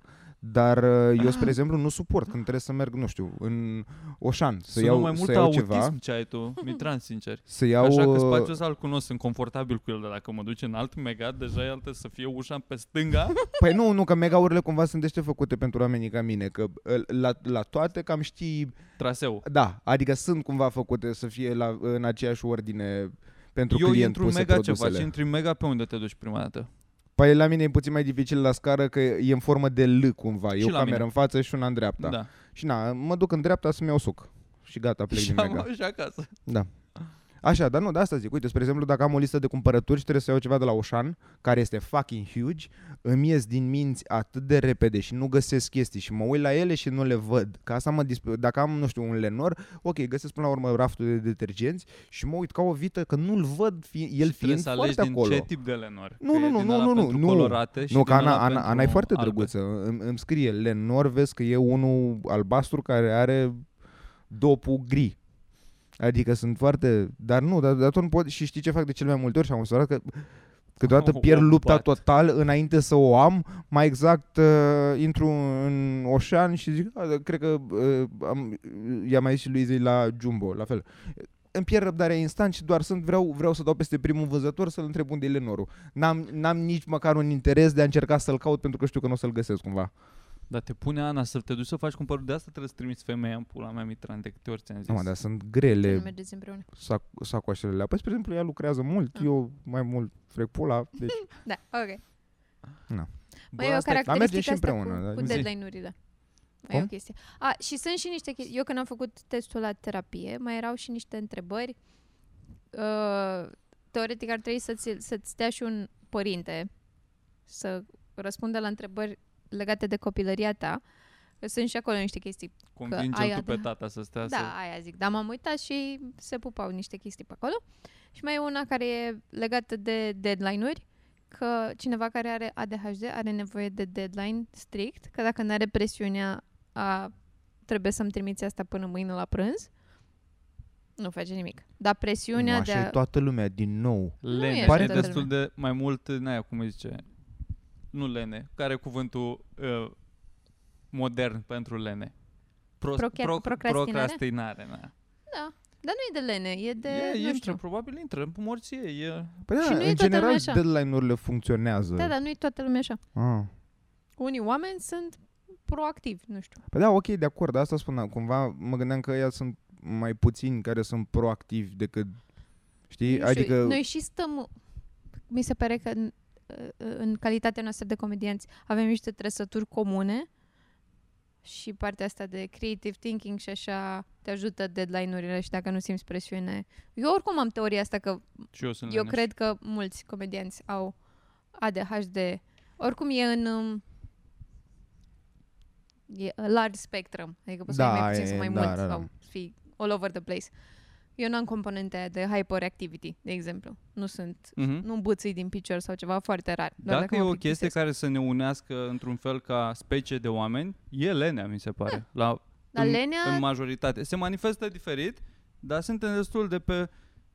Speaker 3: Dar uh, eu,
Speaker 2: Ah.
Speaker 3: spre exemplu, nu suport când trebuie să merg, nu știu, în Oșan să
Speaker 2: Sună
Speaker 3: iau,
Speaker 2: mai
Speaker 3: să
Speaker 2: mult
Speaker 3: iau
Speaker 2: autism
Speaker 3: ceva.
Speaker 2: ce ai tu, Mitran, sincer.
Speaker 3: Să iau...
Speaker 2: Așa că
Speaker 3: uh,
Speaker 2: spațiul ăsta îl cunosc, sunt confortabil cu el, dar dacă mă duc în alt mega, deja e altă să fie ușa pe stânga.
Speaker 3: Păi nu, nu, că megaurile cumva sunt dește făcute pentru oamenii ca mine, că uh, la, la toate cam știi...
Speaker 2: Traseul.
Speaker 3: Da, adică sunt cumva făcute să fie la, în aceeași ordine pentru
Speaker 2: Eu
Speaker 3: client
Speaker 2: intru în
Speaker 3: puse
Speaker 2: mega ce
Speaker 3: produsele.
Speaker 2: faci? Intri în mega pe unde te duci prima dată?
Speaker 3: Păi la mine e puțin mai dificil la scară că e în formă de L cumva. E
Speaker 2: Și
Speaker 3: o
Speaker 2: la
Speaker 3: cameră
Speaker 2: mine.
Speaker 3: în față și una în dreapta.
Speaker 2: da.
Speaker 3: Și na, mă duc în dreapta să-mi iau suc. Și gata, plec
Speaker 2: Și
Speaker 3: din
Speaker 2: am
Speaker 3: mega.
Speaker 2: și acasă.
Speaker 3: Da. Așa, dar nu, de asta zic. Uite, spre exemplu, dacă am o listă de cumpărături și trebuie să iau ceva de la Oșan, care este fucking huge, îmi ies din minți atât de repede și nu găsesc chestii și mă uit la ele și nu le văd. Ca asta mă disp- dacă am, nu știu, un Lenor, ok, găsesc până la urmă raftul de detergenți și mă uit ca o vită că nu-l văd, fi- el
Speaker 2: și trebuie
Speaker 3: fiind
Speaker 2: să
Speaker 3: foarte
Speaker 2: alegi
Speaker 3: acolo.
Speaker 2: din ce tip de Lenor.
Speaker 3: Nu,
Speaker 2: Că
Speaker 3: nu,
Speaker 2: e
Speaker 3: nu,
Speaker 2: din
Speaker 3: nu,
Speaker 2: ăla
Speaker 3: nu, nu,
Speaker 2: pentru
Speaker 3: nu.
Speaker 2: colorate și
Speaker 3: Nu, că
Speaker 2: din
Speaker 3: Ana,
Speaker 2: ăla
Speaker 3: Ana, Ana e
Speaker 2: pentru
Speaker 3: foarte
Speaker 2: albe.
Speaker 3: drăguță. Îmi, îmi scrie Lenor, vezi că e unul albastru care are dopul gri. Adică sunt foarte... Dar nu, dar, dar tot nu pot... Și știi ce fac de cele mai multe ori? Și am observat că câteodată
Speaker 2: O
Speaker 3: pierd lupta
Speaker 2: bat.
Speaker 3: total înainte să o am. Mai exact, uh, intru în oșan și zic... "A, dar Cred că uh, am, i-a mai zis și Luizei la Jumbo, la fel. Îmi pierd răbdarea instant și doar sunt, vreau, vreau să dau peste primul vânzător să-l întreb unde e Lenorul. N-am, n-am nici măcar un interes de a încerca să-l caut pentru că știu că nu o să-l găsesc cumva.
Speaker 2: Dar te pune Ana să te duci să faci cumpăruri de asta, trebuie să trimiți femeia în pula mea, Mitran, de câte ori ți-am zis.
Speaker 3: Nu, mă, dar sunt
Speaker 1: Nu
Speaker 3: grele
Speaker 1: mergeți împreună.
Speaker 3: sac- sacoașele alea. Păi, spre exemplu, ea lucrează mult,
Speaker 1: Mm.
Speaker 3: eu mai mult frec pula, deci...
Speaker 1: Da, ok.
Speaker 2: Bă,
Speaker 1: Păi e o
Speaker 2: asta e-
Speaker 3: dar mergem și
Speaker 1: caracteristică asta
Speaker 3: împreună,
Speaker 1: cu,
Speaker 3: dar
Speaker 1: cu
Speaker 2: zi.
Speaker 1: deadline-urile. Mai e o
Speaker 3: Cum?
Speaker 1: chestie. A, și sunt și niște chestii. Eu când am făcut testul la terapie, mai erau și niște întrebări. Uh, teoretic ar trebui să-ți, să-ți stea și un părinte să răspundă la întrebări legate de copilăria ta. Că Sunt și acolo niște chestii
Speaker 2: Convinge-l
Speaker 1: aia
Speaker 2: tu pe
Speaker 1: da.
Speaker 2: tata să stea să...
Speaker 1: Da, aia zic. Dar m-am uitat și se pupau niște chestii pe acolo. Și mai e una care e legată de deadline-uri, că cineva care are ADHD are nevoie de deadline strict, că dacă nu are presiunea a trebuie să-mi trimiți asta până mâine la prânz, nu face nimic. Dar presiunea
Speaker 3: nu,
Speaker 1: de
Speaker 3: așa e
Speaker 1: a...
Speaker 3: toată lumea, din nou.
Speaker 2: Lene,
Speaker 1: ești
Speaker 2: e
Speaker 1: toată
Speaker 2: destul de mai mult, în aia cum îi zice, nu lene, care e cuvântul uh, modern pentru lene? Pro,
Speaker 1: Proche- procrastinare?
Speaker 2: Procrastinare, da.
Speaker 1: Dar nu e de lene, e de...
Speaker 2: e,
Speaker 1: nu
Speaker 2: intră,
Speaker 1: știu.
Speaker 2: probabil intră în morție, e...
Speaker 3: Păi
Speaker 1: Și nu
Speaker 3: da,
Speaker 1: e
Speaker 3: în
Speaker 1: toată lumea
Speaker 3: general,
Speaker 1: așa.
Speaker 3: deadline-urile funcționează.
Speaker 1: Da, dar nu e toată lumea așa.
Speaker 3: Ah.
Speaker 1: Unii oameni sunt proactivi, nu știu.
Speaker 3: Păi da, ok, de acord, dar asta spuneam. Cumva mă gândeam că ea sunt mai puțini care sunt proactivi decât... Știi?
Speaker 1: Nu știu,
Speaker 3: adică...
Speaker 1: Noi și stăm... Mi se pare că în, în calitatea noastră de comedianți avem niște trăsături comune și partea asta de creative thinking și așa te ajută deadline-urile și dacă nu simți presiune. Eu oricum am teoria asta că
Speaker 2: Și eu sunt
Speaker 1: eu
Speaker 2: leneș.
Speaker 1: cred că mulți comedianți au ADHD. Oricum e în... um, E a large spectrum. Adică poți să
Speaker 3: Da,
Speaker 1: ai mai puțin
Speaker 3: e-
Speaker 1: sau mai
Speaker 3: da,
Speaker 1: mult
Speaker 3: da, da.
Speaker 1: sau fi all over the place. Eu nu am componente aia de hyperactivity, de exemplu. Nu sunt...
Speaker 2: Mhm.
Speaker 1: Nu bâțâi din picior sau ceva foarte rar. doar
Speaker 2: Dacă e
Speaker 1: mă
Speaker 2: o chestie
Speaker 1: plictisesc.
Speaker 2: care să ne unească într-un fel ca specie de oameni, e lenea, mi se pare. La,
Speaker 1: Da. Dar
Speaker 2: în,
Speaker 1: lenea-
Speaker 2: în majoritate. Se manifestă diferit, dar suntem destul de pe...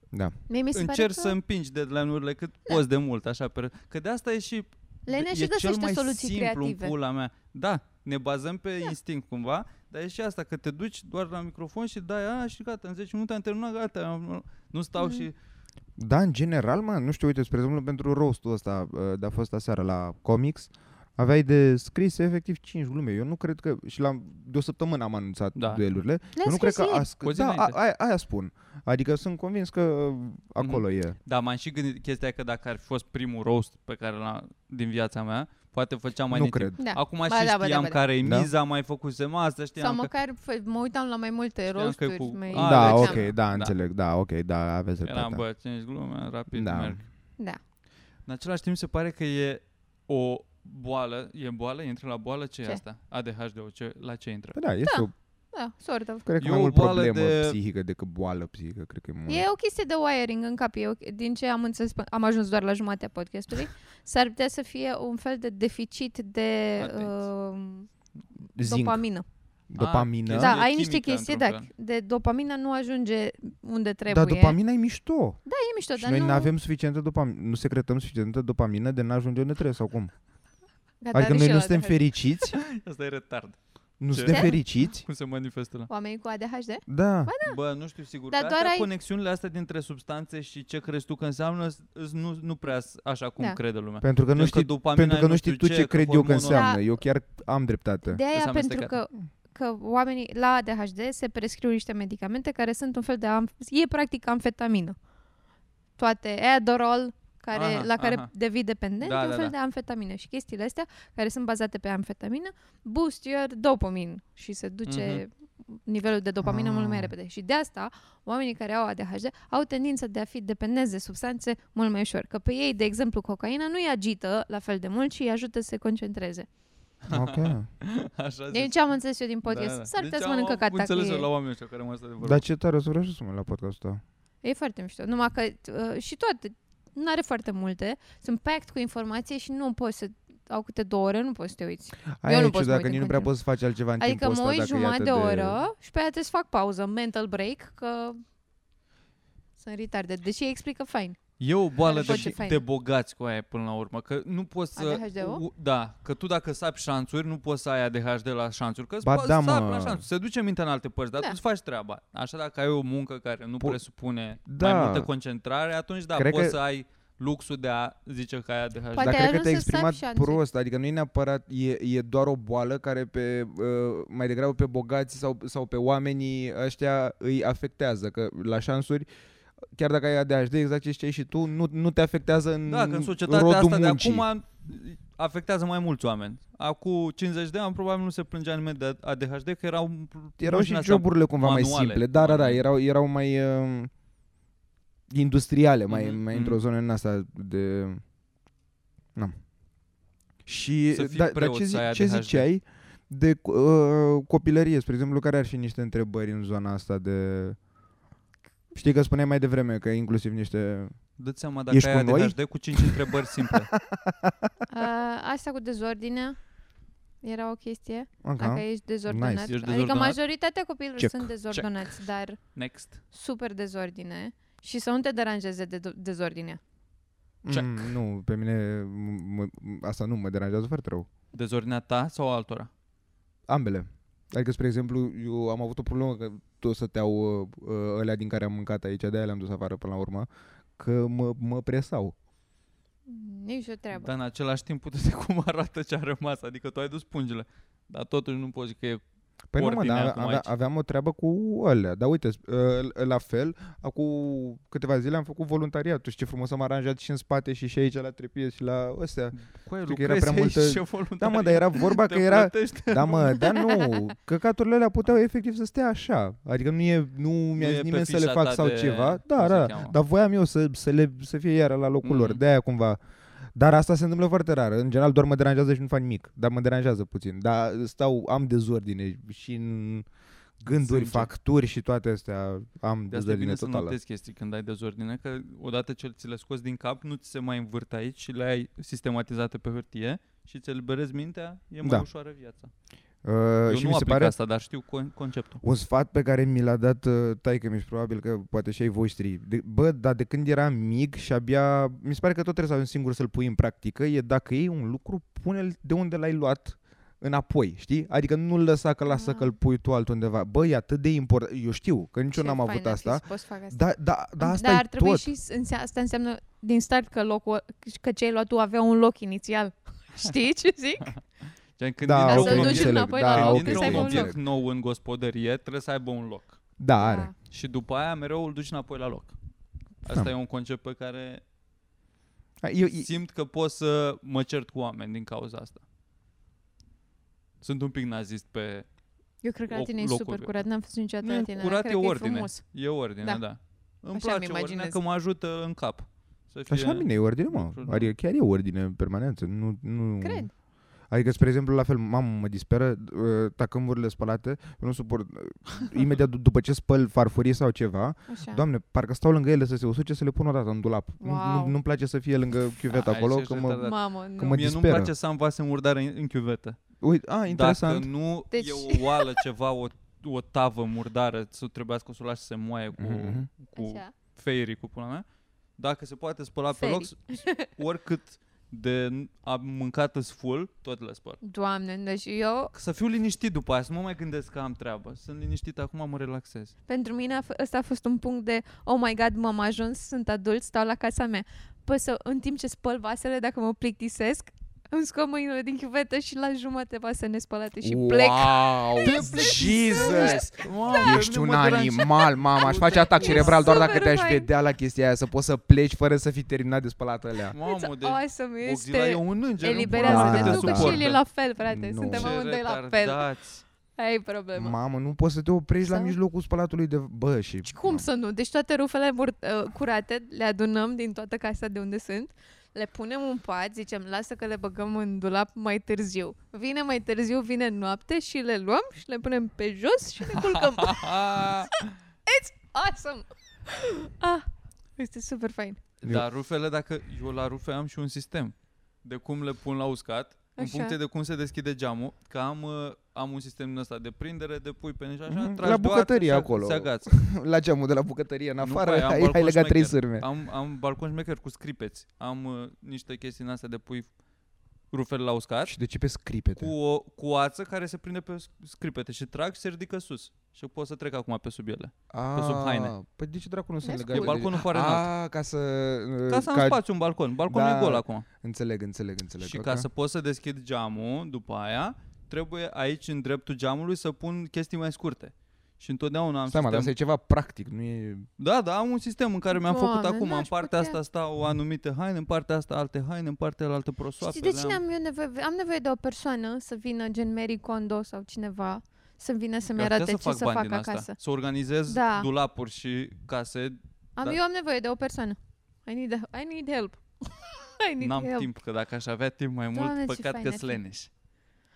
Speaker 3: Da.
Speaker 1: Mie mi se pare
Speaker 2: încerci
Speaker 1: că
Speaker 2: să împingi deadline-urile cât poți de mult, așa. Pe, că de asta e și...
Speaker 1: Lenea
Speaker 2: e
Speaker 1: și
Speaker 2: cel
Speaker 1: găsește
Speaker 2: mai
Speaker 1: soluții
Speaker 2: simplu
Speaker 1: creative.
Speaker 2: în pula mea. Da, ne bazăm pe instinct cumva, dar e și asta, că te duci doar la microfon și dai aia și gata, în 10 minute am terminat, gata, am- nu stau
Speaker 1: Mhm.
Speaker 2: și...
Speaker 3: ă, Da, în general, mă, nu știu, uite, spre exemplu, pentru rostul ăsta uh, de a fost aseară la comics, Aveai de scris efectiv 5 glume. Eu nu cred că... Și la, de o săptămână am anunțat
Speaker 2: Da.
Speaker 3: da. duelurile.
Speaker 1: Le-am
Speaker 3: Eu nu cred
Speaker 1: scris
Speaker 3: că...
Speaker 1: ieri.
Speaker 3: A, sc-
Speaker 2: Cu o zi
Speaker 3: da, a,
Speaker 2: înainte. Mhm.
Speaker 3: aia, aia spun. Adică sunt convins că acolo e.
Speaker 2: Da, m-am și gândit chestia că dacă ar fi fost primul roast pe care l-am din viața mea, poate făceam mai
Speaker 3: nu
Speaker 2: nitin.
Speaker 3: cred.
Speaker 1: Da.
Speaker 2: Acum și
Speaker 1: Ba da,
Speaker 2: știam
Speaker 1: ba da, ba da.
Speaker 2: care e
Speaker 3: Da?
Speaker 2: miza, mai făcusem asta, știam
Speaker 1: Sau
Speaker 2: că...
Speaker 1: măcar f- mă uitam la mai multe
Speaker 2: Știam că e
Speaker 1: rosturi.
Speaker 2: cu-
Speaker 1: mai-
Speaker 2: Ah,
Speaker 3: da,
Speaker 2: deci
Speaker 3: ok,
Speaker 2: am-
Speaker 3: da,
Speaker 2: da.
Speaker 3: înțeleg, da, ok, da, aveți
Speaker 2: Era,
Speaker 3: dreptate.
Speaker 2: bă, cinci glume, rapid da.
Speaker 3: Da.
Speaker 2: merg.
Speaker 1: Da.
Speaker 2: În același timp se pare că e o boală, e boală, intră la boală, ce, e
Speaker 1: Ce?
Speaker 2: asta? ADHD, ce, la ce intră?
Speaker 3: Păi da, este
Speaker 1: Da.
Speaker 3: o,
Speaker 1: Da, sort of.
Speaker 3: cred că
Speaker 2: E
Speaker 3: mai
Speaker 2: o
Speaker 3: mult
Speaker 2: boală
Speaker 3: problemă
Speaker 2: de-
Speaker 3: psihică decât boală psihică, cred că e mult.
Speaker 2: Mm.
Speaker 1: E o chestie de wiring în cap. E o, din ce am înțeles, până- am ajuns doar la jumătatea podcastului, s-ar putea să fie un fel de deficit de
Speaker 2: Atenție.
Speaker 1: uh,
Speaker 3: Zinc,
Speaker 1: dopamină.
Speaker 3: dopamină.
Speaker 2: chestia-
Speaker 1: Da,
Speaker 2: E
Speaker 1: ai niște
Speaker 2: chimică,
Speaker 1: chestii,
Speaker 2: într-un
Speaker 1: da, de dopamina nu ajunge unde trebuie.
Speaker 3: Dar dopamina e mișto.
Speaker 1: E mișto,
Speaker 3: Da, și
Speaker 1: dar
Speaker 3: noi
Speaker 1: nu...
Speaker 3: nu avem suficientă dopamină, nu secretăm suficientă dopamină de n-ajunge unde trebuie sau cum?
Speaker 1: Gata,
Speaker 3: Adică
Speaker 1: are
Speaker 3: noi
Speaker 1: Da, și
Speaker 3: nu
Speaker 1: ăla
Speaker 3: suntem
Speaker 1: de fel.
Speaker 3: fericiți,
Speaker 2: Asta e retard.
Speaker 3: nu
Speaker 2: Ce?
Speaker 3: suntem
Speaker 1: Ce?
Speaker 3: fericiți.
Speaker 2: Cum se manifestă la?
Speaker 1: Oamenii cu ADHD?
Speaker 3: Da.
Speaker 2: Bă, nu știu sigur.
Speaker 1: Dar
Speaker 2: Dar
Speaker 1: doar
Speaker 2: doar
Speaker 1: ai-
Speaker 2: conexiunile astea dintre substanțe și ce crezi tu că înseamnă s- s- nu, nu prea s- așa cum
Speaker 1: Da.
Speaker 2: crede lumea.
Speaker 3: Pentru că nu
Speaker 2: Gen
Speaker 3: știi,
Speaker 2: dopamina
Speaker 3: pentru că nu știi tu
Speaker 2: știu
Speaker 3: ce cred eu că
Speaker 2: hormonul-
Speaker 3: înseamnă.
Speaker 1: Da.
Speaker 3: Eu chiar am dreptate.
Speaker 1: De aia
Speaker 2: s-a
Speaker 1: pentru
Speaker 2: amestecat.
Speaker 1: că, că oamenii la ADHD se prescriu niște medicamente care sunt un fel de... Am, e practic amfetamină. Toate, Adderall, care,
Speaker 2: Aha,
Speaker 1: la care
Speaker 2: aha.
Speaker 1: devii dependent,
Speaker 2: Da,
Speaker 1: e un
Speaker 2: da,
Speaker 1: fel
Speaker 2: da.
Speaker 1: de amfetamină. Și chestiile astea, care sunt bazate pe amfetamină, boost your dopamine și se duce
Speaker 2: Mhm.
Speaker 1: nivelul de dopamină mult mai
Speaker 3: Ah.
Speaker 1: repede. Și de asta, oamenii care au ADHD au tendința de a fi dependenți de substanțe mult mai ușor. Că pe ei, de exemplu, cocaina nu îi agită la fel de mult, ci îi ajută să se concentreze.
Speaker 3: Ok.
Speaker 2: Așa
Speaker 1: Din ce am înțeles eu din podcast, da, da. s-ar putea Deci, să mănâncă
Speaker 2: ca
Speaker 1: cata
Speaker 2: Deci Înțeles
Speaker 1: cu ei.
Speaker 2: la oameni ăștia care mă stă de vorbă.
Speaker 3: Dar ce tare o să vreau și eu să mă uit la podcastul ăsta.
Speaker 1: E foarte mișto. Numai că uh, și toate, nu are foarte multe, sunt packed cu informație și nu poți să au câte două ore, nu poți să te uiți.
Speaker 3: Aia
Speaker 1: nu
Speaker 3: e
Speaker 1: pot să mă uit
Speaker 3: ciudat, că
Speaker 1: în
Speaker 3: nici nu prea
Speaker 1: continuu.
Speaker 3: poți să faci altceva în
Speaker 1: adică
Speaker 3: timpul
Speaker 1: mă
Speaker 3: ăsta.
Speaker 1: uit
Speaker 3: dacă e
Speaker 1: jumătate
Speaker 3: atât
Speaker 1: de oră și pe aia trebuie să fac pauză, mental break, că sunt retarded. Deși ei explică fain.
Speaker 2: E o boală
Speaker 1: Are voce
Speaker 2: de,
Speaker 1: faină.
Speaker 2: de bogați cu aia până la urmă, că nu poți să...
Speaker 1: ADHD-ul?
Speaker 2: u- Da, că tu dacă sapi șanțuri, nu poți să ai ADHD la șanțuri, că
Speaker 3: Ba
Speaker 2: ba,
Speaker 3: da,
Speaker 2: da, sapi
Speaker 3: mă.
Speaker 2: la șanțuri, se duce mintea în alte părți, dar
Speaker 1: Da.
Speaker 2: tu îți faci treaba. Așa dacă ai o muncă care nu
Speaker 3: Po-
Speaker 2: presupune mai
Speaker 3: Da.
Speaker 2: multă concentrare, atunci da,
Speaker 3: Cred
Speaker 2: poți
Speaker 3: că-
Speaker 2: să ai luxul de a zice că ai ADHD.
Speaker 1: Poate
Speaker 3: Dar
Speaker 1: ai
Speaker 3: cred că
Speaker 1: ajuns
Speaker 3: te-ai
Speaker 1: să sapi
Speaker 3: exprimat
Speaker 1: șanțe.
Speaker 3: prost, adică nu e neapărat, e, e doar o boală care pe, uh, mai degrabă pe bogați sau, sau pe oamenii ăștia îi afectează, că la șansuri, chiar dacă ai ADHD, exact ce știi și tu, nu, nu te afectează în
Speaker 2: Da, că în societatea
Speaker 3: rodul
Speaker 2: asta
Speaker 3: muncii.
Speaker 2: de acum afectează mai mulți oameni. Acum 50 de ani probabil nu se plângea nimeni de ADHD că erau
Speaker 3: erau
Speaker 2: nu
Speaker 3: și
Speaker 2: din astea
Speaker 3: joburile cumva mai
Speaker 2: manuale,
Speaker 3: simple, da, da, da,
Speaker 2: manuale.
Speaker 3: erau, erau mai uh, industriale, mai,
Speaker 2: Mhm,
Speaker 3: mai
Speaker 2: mhm.
Speaker 3: într-o zonă în asta de... Na. Și,
Speaker 2: Să fii
Speaker 3: da, dar
Speaker 2: preot,
Speaker 3: ce,
Speaker 2: să
Speaker 3: zi,
Speaker 2: ai
Speaker 3: ce
Speaker 2: ADHD.
Speaker 3: ziceai de uh, copilărie, spre exemplu, care ar fi niște întrebări în zona asta de... Știi că spuneai mai devreme că inclusiv niște...
Speaker 2: Dă-ți seama dacă
Speaker 3: Ești
Speaker 2: ai
Speaker 3: cu noi?
Speaker 2: ADHD cu 5 întrebări simple.
Speaker 1: Uh, asta cu dezordinea era o chestie. Dacă
Speaker 3: Aha.
Speaker 1: ești dezordonat.
Speaker 3: Da. Nice.
Speaker 2: Ești
Speaker 1: Adică
Speaker 2: dezordonat?
Speaker 1: majoritatea copiilor
Speaker 3: Check.
Speaker 1: sunt dezordonați, dar
Speaker 2: Next.
Speaker 1: super dezordine și să nu te deranjeze de do- dezordinea.
Speaker 2: Check.
Speaker 3: Mm, nu, pe mine m- m- asta nu mă deranjează foarte rău.
Speaker 2: Dezordinea ta sau altora?
Speaker 3: Ambele. Adică, spre exemplu, eu am avut o problemă că tot stăteau uh, uh, ălea din care am mâncat aici, de-aia le-am dus afară până la urmă, că mă, mă presau.
Speaker 1: Nici o treabă.
Speaker 2: Dar în același timp puteți cum arată ce a rămas. Adică tu ai dus pungile. Dar totuși nu poți că e...
Speaker 3: Păi nu mă,
Speaker 2: Ordinea
Speaker 3: dar
Speaker 2: acum
Speaker 3: avea, avea,
Speaker 2: aici.
Speaker 3: aveam o treabă cu ălea. Dar uite, sp- uh, la fel, acum câteva zile am făcut voluntariat. Tu știi ce frumos am aranjat și în spate și și aici la trepie și la ăstea.
Speaker 2: Cu aia
Speaker 3: Știi că era
Speaker 2: Păi, lucrezi
Speaker 3: prea
Speaker 2: aici
Speaker 3: multă-
Speaker 2: și e voluntar.
Speaker 3: Da, mă, dar era vorba
Speaker 2: Te
Speaker 3: că era...
Speaker 2: plătește.
Speaker 3: Da, mă, dar nu, căcaturile alea puteau efectiv să stea așa. Adică nu e, nu mi-a
Speaker 2: e
Speaker 3: zis
Speaker 2: pe
Speaker 3: nimeni să
Speaker 2: fișa
Speaker 3: le fac
Speaker 2: ta
Speaker 3: sau
Speaker 2: de-
Speaker 3: ceva.
Speaker 2: cum
Speaker 3: Da,
Speaker 2: se
Speaker 3: da,
Speaker 2: cheamă.
Speaker 3: dar voiam eu să, să, le, să fie iară la locul
Speaker 2: Mm.
Speaker 3: lor, de-aia cumva. Dar asta se întâmplă foarte rar. În general doar mă deranjează și nu fac nimic. Dar mă deranjează puțin. Dar stau, am dezordine și în gânduri,
Speaker 2: Sânge.
Speaker 3: facturi și toate astea am
Speaker 2: De asta e bine
Speaker 3: dezordine
Speaker 2: să
Speaker 3: totală.
Speaker 2: notezi chestii când ai dezordine, că odată ce ți le scoți din cap, nu ți se mai învârte aici și le ai sistematizate pe hârtie și ți eliberezi mintea, e mai
Speaker 3: Da.
Speaker 2: ușoară viața.
Speaker 3: Uh,
Speaker 2: Eu
Speaker 3: și
Speaker 2: nu
Speaker 3: mi se
Speaker 2: aplic
Speaker 3: pare
Speaker 2: asta, dar știu con- conceptul.
Speaker 3: un sfat pe care mi l-a dat uh, taică mi și probabil că poate și ai voștri. De, bă, dar de când eram mic și abia... Mi se pare că tot trebuie să ai un singur să-l pui în practică. E dacă iei un lucru, pune-l de unde l-ai luat înapoi, știi? Adică nu-l lăsa că lasă
Speaker 1: Ah.
Speaker 3: că-l pui tu altundeva. Bă, e atât de important. Eu știu că nici eu
Speaker 1: Ce
Speaker 3: n-am avut
Speaker 1: fain ar fi
Speaker 3: asta.
Speaker 1: să poți să fac asta.
Speaker 3: Da, da, da, asta
Speaker 1: Dar
Speaker 3: e
Speaker 1: ar trebui
Speaker 3: tot.
Speaker 1: și să- înse- asta înseamnă din start că locul că cei luat tu avea un loc inițial. Știi ce zic?
Speaker 2: Gen, când
Speaker 3: Da,
Speaker 2: intră
Speaker 1: Ca
Speaker 3: ok,
Speaker 1: să-l
Speaker 2: un
Speaker 1: duci
Speaker 2: obiect-
Speaker 3: înțeleg,
Speaker 1: înapoi la
Speaker 3: da,
Speaker 2: când
Speaker 1: loc,
Speaker 3: ok,
Speaker 2: intră
Speaker 1: trebuie să aibă
Speaker 2: un
Speaker 1: un
Speaker 2: obiect
Speaker 1: loc.
Speaker 2: nou în gospodărie, trebuie să aibă un loc.
Speaker 3: Da,
Speaker 1: Ah,
Speaker 3: are.
Speaker 2: Și după aia mereu îl duci înapoi la loc. Asta
Speaker 3: Da.
Speaker 2: e un concept pe care
Speaker 1: Da.
Speaker 3: Eu,
Speaker 2: simt că pot să mă cert cu oameni din cauza asta. Sunt un pic nazist pe...
Speaker 1: Eu cred că la
Speaker 2: Loc-
Speaker 1: tine e
Speaker 2: locul
Speaker 1: super
Speaker 2: de-
Speaker 1: curat, n-am văzut niciodată la
Speaker 2: Nu,
Speaker 1: tine.
Speaker 2: curat
Speaker 1: cred
Speaker 2: e
Speaker 1: că
Speaker 2: ordine.
Speaker 1: E frumos.
Speaker 2: E ordine, da.
Speaker 1: Da.
Speaker 2: Îmi
Speaker 1: Așa
Speaker 2: place
Speaker 1: îmi
Speaker 2: ordinea
Speaker 1: imaginez.
Speaker 2: că mă ajută în cap. Să fie...
Speaker 3: Așa mine e ordine, mă.
Speaker 2: lucruri,
Speaker 3: Adică chiar e ordine permanentă. Nu, nu...
Speaker 1: Cred.
Speaker 3: Adică, spre exemplu, la fel, mamă, mă disperă uh, tacâmurile spălate, eu nu suport. uh, Imediat d- după ce spăl farfurii sau ceva,
Speaker 1: Așa.
Speaker 3: doamne, parcă stau lângă ele să se usuce să le pun odată în dulap. Nu-
Speaker 1: Wow.
Speaker 3: Nu, nu-mi place să fie lângă chiuveta
Speaker 2: Ai,
Speaker 3: acolo,
Speaker 2: ce
Speaker 3: că mă...
Speaker 2: retardat.
Speaker 1: Mamă, nu.
Speaker 3: mă
Speaker 2: Mie nu-mi
Speaker 3: disperă.
Speaker 2: place să am vase în murdare în, în chiuvetă.
Speaker 3: Uit, a, interesant.
Speaker 2: Dacă nu deci...
Speaker 1: Deci-
Speaker 2: e o oală ceva, o, o tavă murdară, să trebuiască să o lași să se moaie cu,
Speaker 3: Mhm.
Speaker 2: cu
Speaker 1: Așa.
Speaker 2: feierii cu pula mea, dacă se poate spăla pe loc,
Speaker 1: Ferii.
Speaker 2: s- oricât de n- am mâncat îs full, tot le spăl.
Speaker 1: Doamne, deci eu,
Speaker 2: Să fiu liniștit după aia, să nu mă mai gândesc că am treabă. Sunt liniștit, acum mă relaxez.
Speaker 1: pentru mine a f- ăsta a fost un punct de Oh my god, m-am ajuns, sunt adult, stau la casa mea. Păi să, în timp ce spăl vasele, dacă mă plictisesc, îmi scot mâinile din chiuvetă și la jumate vase nespălate și plec.
Speaker 3: Wow! Jesus! Ești un animal, mama, aș face atac
Speaker 2: E
Speaker 3: cerebral doar dacă
Speaker 1: super
Speaker 3: te-aș
Speaker 1: fain.
Speaker 3: vedea la chestia aia, să poți să pleci fără să fi terminat de spălat alea.
Speaker 2: Mamă,
Speaker 1: It's
Speaker 2: deci
Speaker 1: awesome,
Speaker 2: Bogzila e
Speaker 1: Păi, este...
Speaker 2: un înger.
Speaker 3: pula
Speaker 1: Eliberează
Speaker 3: mea,
Speaker 1: de
Speaker 3: te
Speaker 1: tu, că și el e la fel, frate.
Speaker 3: Nu.
Speaker 1: Suntem
Speaker 3: Ce
Speaker 1: amândoi la fel. Aia e problema.
Speaker 3: Mamă, nu poți să te oprești la
Speaker 1: Sau-
Speaker 3: mijlocul spălatului de... Bă, și...
Speaker 1: Și cum să nu? Deci toate rufele mur- uh, curate le adunăm din toată casa de unde sunt, le punem în pat, zicem, lasă că le băgăm în dulap mai târziu. Vine mai târziu, vine noapte și le luăm și le punem pe jos și le culcăm. awesome! ah, este super fain.
Speaker 2: Dar rufele, dacă eu la rufe am și un sistem de cum le pun la uscat, în
Speaker 1: Așa.
Speaker 2: funcție de cum se deschide geamul, că am, uh, am un sistem din ăsta de prindere, de pui pe niște așa,
Speaker 3: Mhm.
Speaker 2: tragi
Speaker 3: La
Speaker 2: de o
Speaker 3: bucătărie
Speaker 2: arcă și
Speaker 3: acolo.
Speaker 2: Se agață.
Speaker 3: La geamul de la bucătărie în
Speaker 2: Nu,
Speaker 3: afară,
Speaker 2: păi, am
Speaker 3: ai, ai
Speaker 2: balcon
Speaker 3: legat trei
Speaker 2: șmecher.
Speaker 3: sârme.
Speaker 2: Am, am balcon șmecher cu scripeți. Am uh, niște chestii din astea de pui rufele la uscat
Speaker 3: Și de ce pe scripete?
Speaker 2: cu o cu ață care se prinde pe sc- scripete și trag și se ridică sus. Și pot să trec acum pe sub ele. pe sub haine.
Speaker 3: Păi de ce dracu nu sunt
Speaker 1: E
Speaker 3: legat?
Speaker 2: E balconul foarte înalt.
Speaker 3: A, ca să...
Speaker 2: Ca să am spațiu un balcon. Balconul
Speaker 3: Da.
Speaker 2: e gol acum.
Speaker 3: Înțeleg, înțeleg, înțeleg.
Speaker 2: Și
Speaker 3: ok.
Speaker 2: ca să pot să deschid geamul după aia, trebuie aici în dreptul geamului să pun chestii mai scurte. Și întotdeauna am
Speaker 3: Stai mă, dar
Speaker 2: sistem...
Speaker 3: asta e ceva practic, nu e...
Speaker 2: Da, da, am un sistem în care mi-am făcut
Speaker 1: Doamne,
Speaker 2: acum. În
Speaker 1: n-aș
Speaker 2: partea
Speaker 1: putea.
Speaker 2: asta stau anumite haine, în partea asta alte haine, în partea aia alte prosoape.
Speaker 1: Știi de
Speaker 2: le
Speaker 1: cine am eu nevoie? Am nevoie de o persoană să vină gen Mary Kondo sau cineva să vină să-mi
Speaker 2: Eu aș putea
Speaker 1: arate ce să
Speaker 2: bani
Speaker 1: fac
Speaker 2: din asta.
Speaker 1: acasă.
Speaker 2: Să organizez da.
Speaker 1: Da.
Speaker 2: dulapuri și case.
Speaker 1: Am,
Speaker 3: Da.
Speaker 2: Dar-
Speaker 1: eu am nevoie de o persoană. I need, I need help. I need
Speaker 2: N-am
Speaker 1: help.
Speaker 2: timp, că dacă aș avea timp mai mult,
Speaker 1: Doamne, ce
Speaker 2: păcat
Speaker 1: fain
Speaker 2: că
Speaker 1: ar fi.
Speaker 2: sleneș.